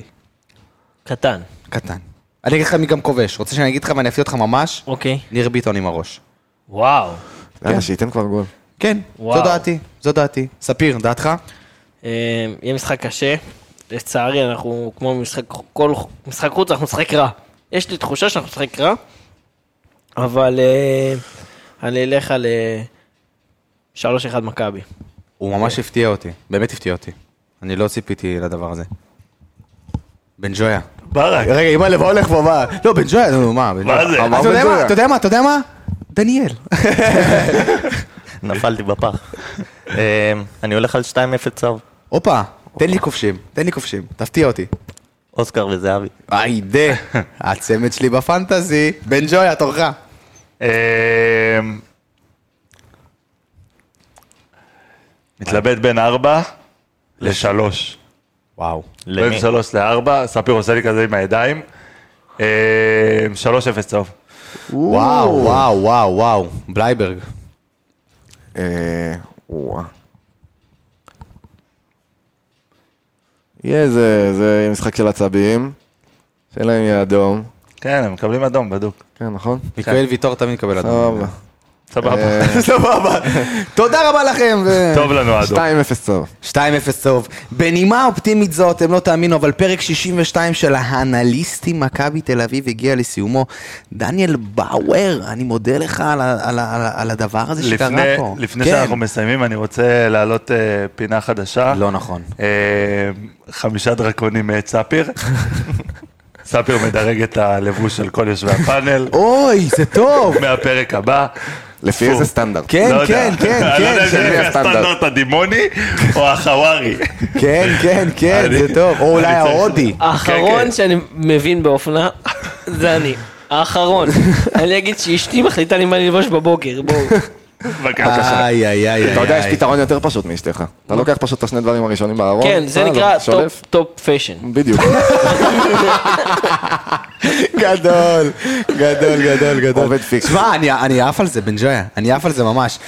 F: קטן,
A: קטן. אני אגיד לך מי גם כובש, רוצה שאני אגיד לך ואני אפתיע אותך ממש?
F: אוקיי.
A: ניר ביטון עם הראש.
F: וואו.
G: יאללה, שייתן כבר גול.
A: כן, זו
F: וואו.
A: דעתי, זו דעתי. ספיר, דעתך?
F: אה, יהיה משחק קשה. לצערי, אנחנו כמו משחק, כל משחק חוץ, אנחנו נשחק רע. יש לי תחושה שאנחנו נשחק רע, אבל אה, אני אלך על אה, 3-1 מכבי.
A: הוא ממש הפתיע אותי, באמת הפתיע אותי. אני לא ציפיתי לדבר הזה. בן ג'ויה.
E: ברק.
A: רגע, אימא לב הולך פה, מה? לא, בן ג'ויה, נו, מה? בן
E: מה
A: ג'ויה.
E: זה?
A: אתה יודע מה? אתה יודע מה? אתה יודע מה? דניאל.
H: נפלתי בפח. אה, אני הולך על 2-0 צהוב.
A: [laughs] הופה, תן לי כובשים, תן לי כובשים, תפתיע אותי.
H: אוסקר וזהבי.
A: היי [laughs] דה, הצמד שלי בפנטזי, בן ג'ויה, תורך.
E: אמ, מתלבט בין ארבע לשלוש.
A: וואו.
E: בין שלוש לארבע, ספיר עושה לי כזה עם הידיים. אה, שלוש אפס צהוב.
A: וואו, וואו, וואו, כן. וואו. בלייברג.
G: אה, וואה. יהיה זה, זה משחק של עצבים, שאין להם יהיה אדום.
E: כן, הם מקבלים אדום, בדוק.
G: כן, נכון?
A: מיקואל ויטור תמיד מקבל אדום.
G: סבבה.
E: סבבה.
G: אה,
A: [laughs] סבבה. תודה רבה לכם. ו-
E: טוב לנו האדום.
G: 2-0 צהוב.
A: 2-0 צהוב. בנימה אופטימית זאת, אתם לא תאמינו, אבל פרק 62 של האנליסטים מכבי תל אביב הגיע לסיומו. דניאל באואר, אני מודה לך על, ה- על, ה- על, ה- על הדבר הזה שקרה
E: לפני,
A: פה. כן.
E: לפני שאנחנו מסיימים, אני רוצה להעלות אה, פינה חדשה.
A: לא נכון.
E: אה, חמישה דרקונים מאת ספיר. [laughs] ספיר מדרג את הלבוש של כל יושבי הפאנל.
A: אוי, זה
E: [laughs]
A: טוב.
E: מהפרק הבא.
G: לפי
E: פו.
G: איזה סטנדרט?
A: כן,
E: לא יודע.
A: כן, כן,
E: אני לא
A: כן.
E: יודע אם
G: של מי
E: זה
G: הסטנדרט?
E: הסטנדרט הדימוני או החווארי.
A: כן, כן, כן,
E: אני-
A: זה טוב. או אולי
E: אני צריך-
A: ההודי.
E: כן.
F: האחרון שאני מבין באופנה, [laughs] זה אני.
E: [laughs]
F: האחרון. אני אגיד שאשתי מחליטה לי מה ללבוש בבוקר, בואו.
E: נכון, בבקשה.
A: איי, איי, איי.
G: אתה יודע,
A: איי,
G: יש
A: איי.
G: פתרון יותר פשוט מאשתך. אתה לוקח פשוט את השני דברים הראשונים בארון.
F: כן, זה
G: אתה
F: נקרא
G: שולף.
F: טופ- טופ פיישן.
G: בדיוק.
A: [laughs]
G: [laughs]
A: גדול, גדול, גדול, גדול.
G: עובד פיקס.
A: שמע, אני- אני עף על זה, בן ג'ויה, אני עף על זה ממש.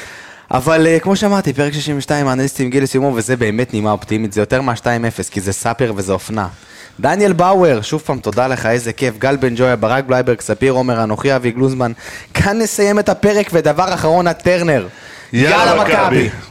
A: אבל אה, כמו שאמרתי, פרק 62, האנליסטים הגיע לסיומו, וזה באמת נימה אופטימית, זה יותר מה-2-0, כי זה סאפר וזה אופנה. דניאל באואר, שוב פעם, תודה לך, איזה כיף. גל בן ג'ויה, ברק בלייברג, ספיר עומר, אנוכי אבי גלוזמן. כאן נסיים את הפרק, ודבר אחרון, הטרנר.
E: יאללה, מכבי.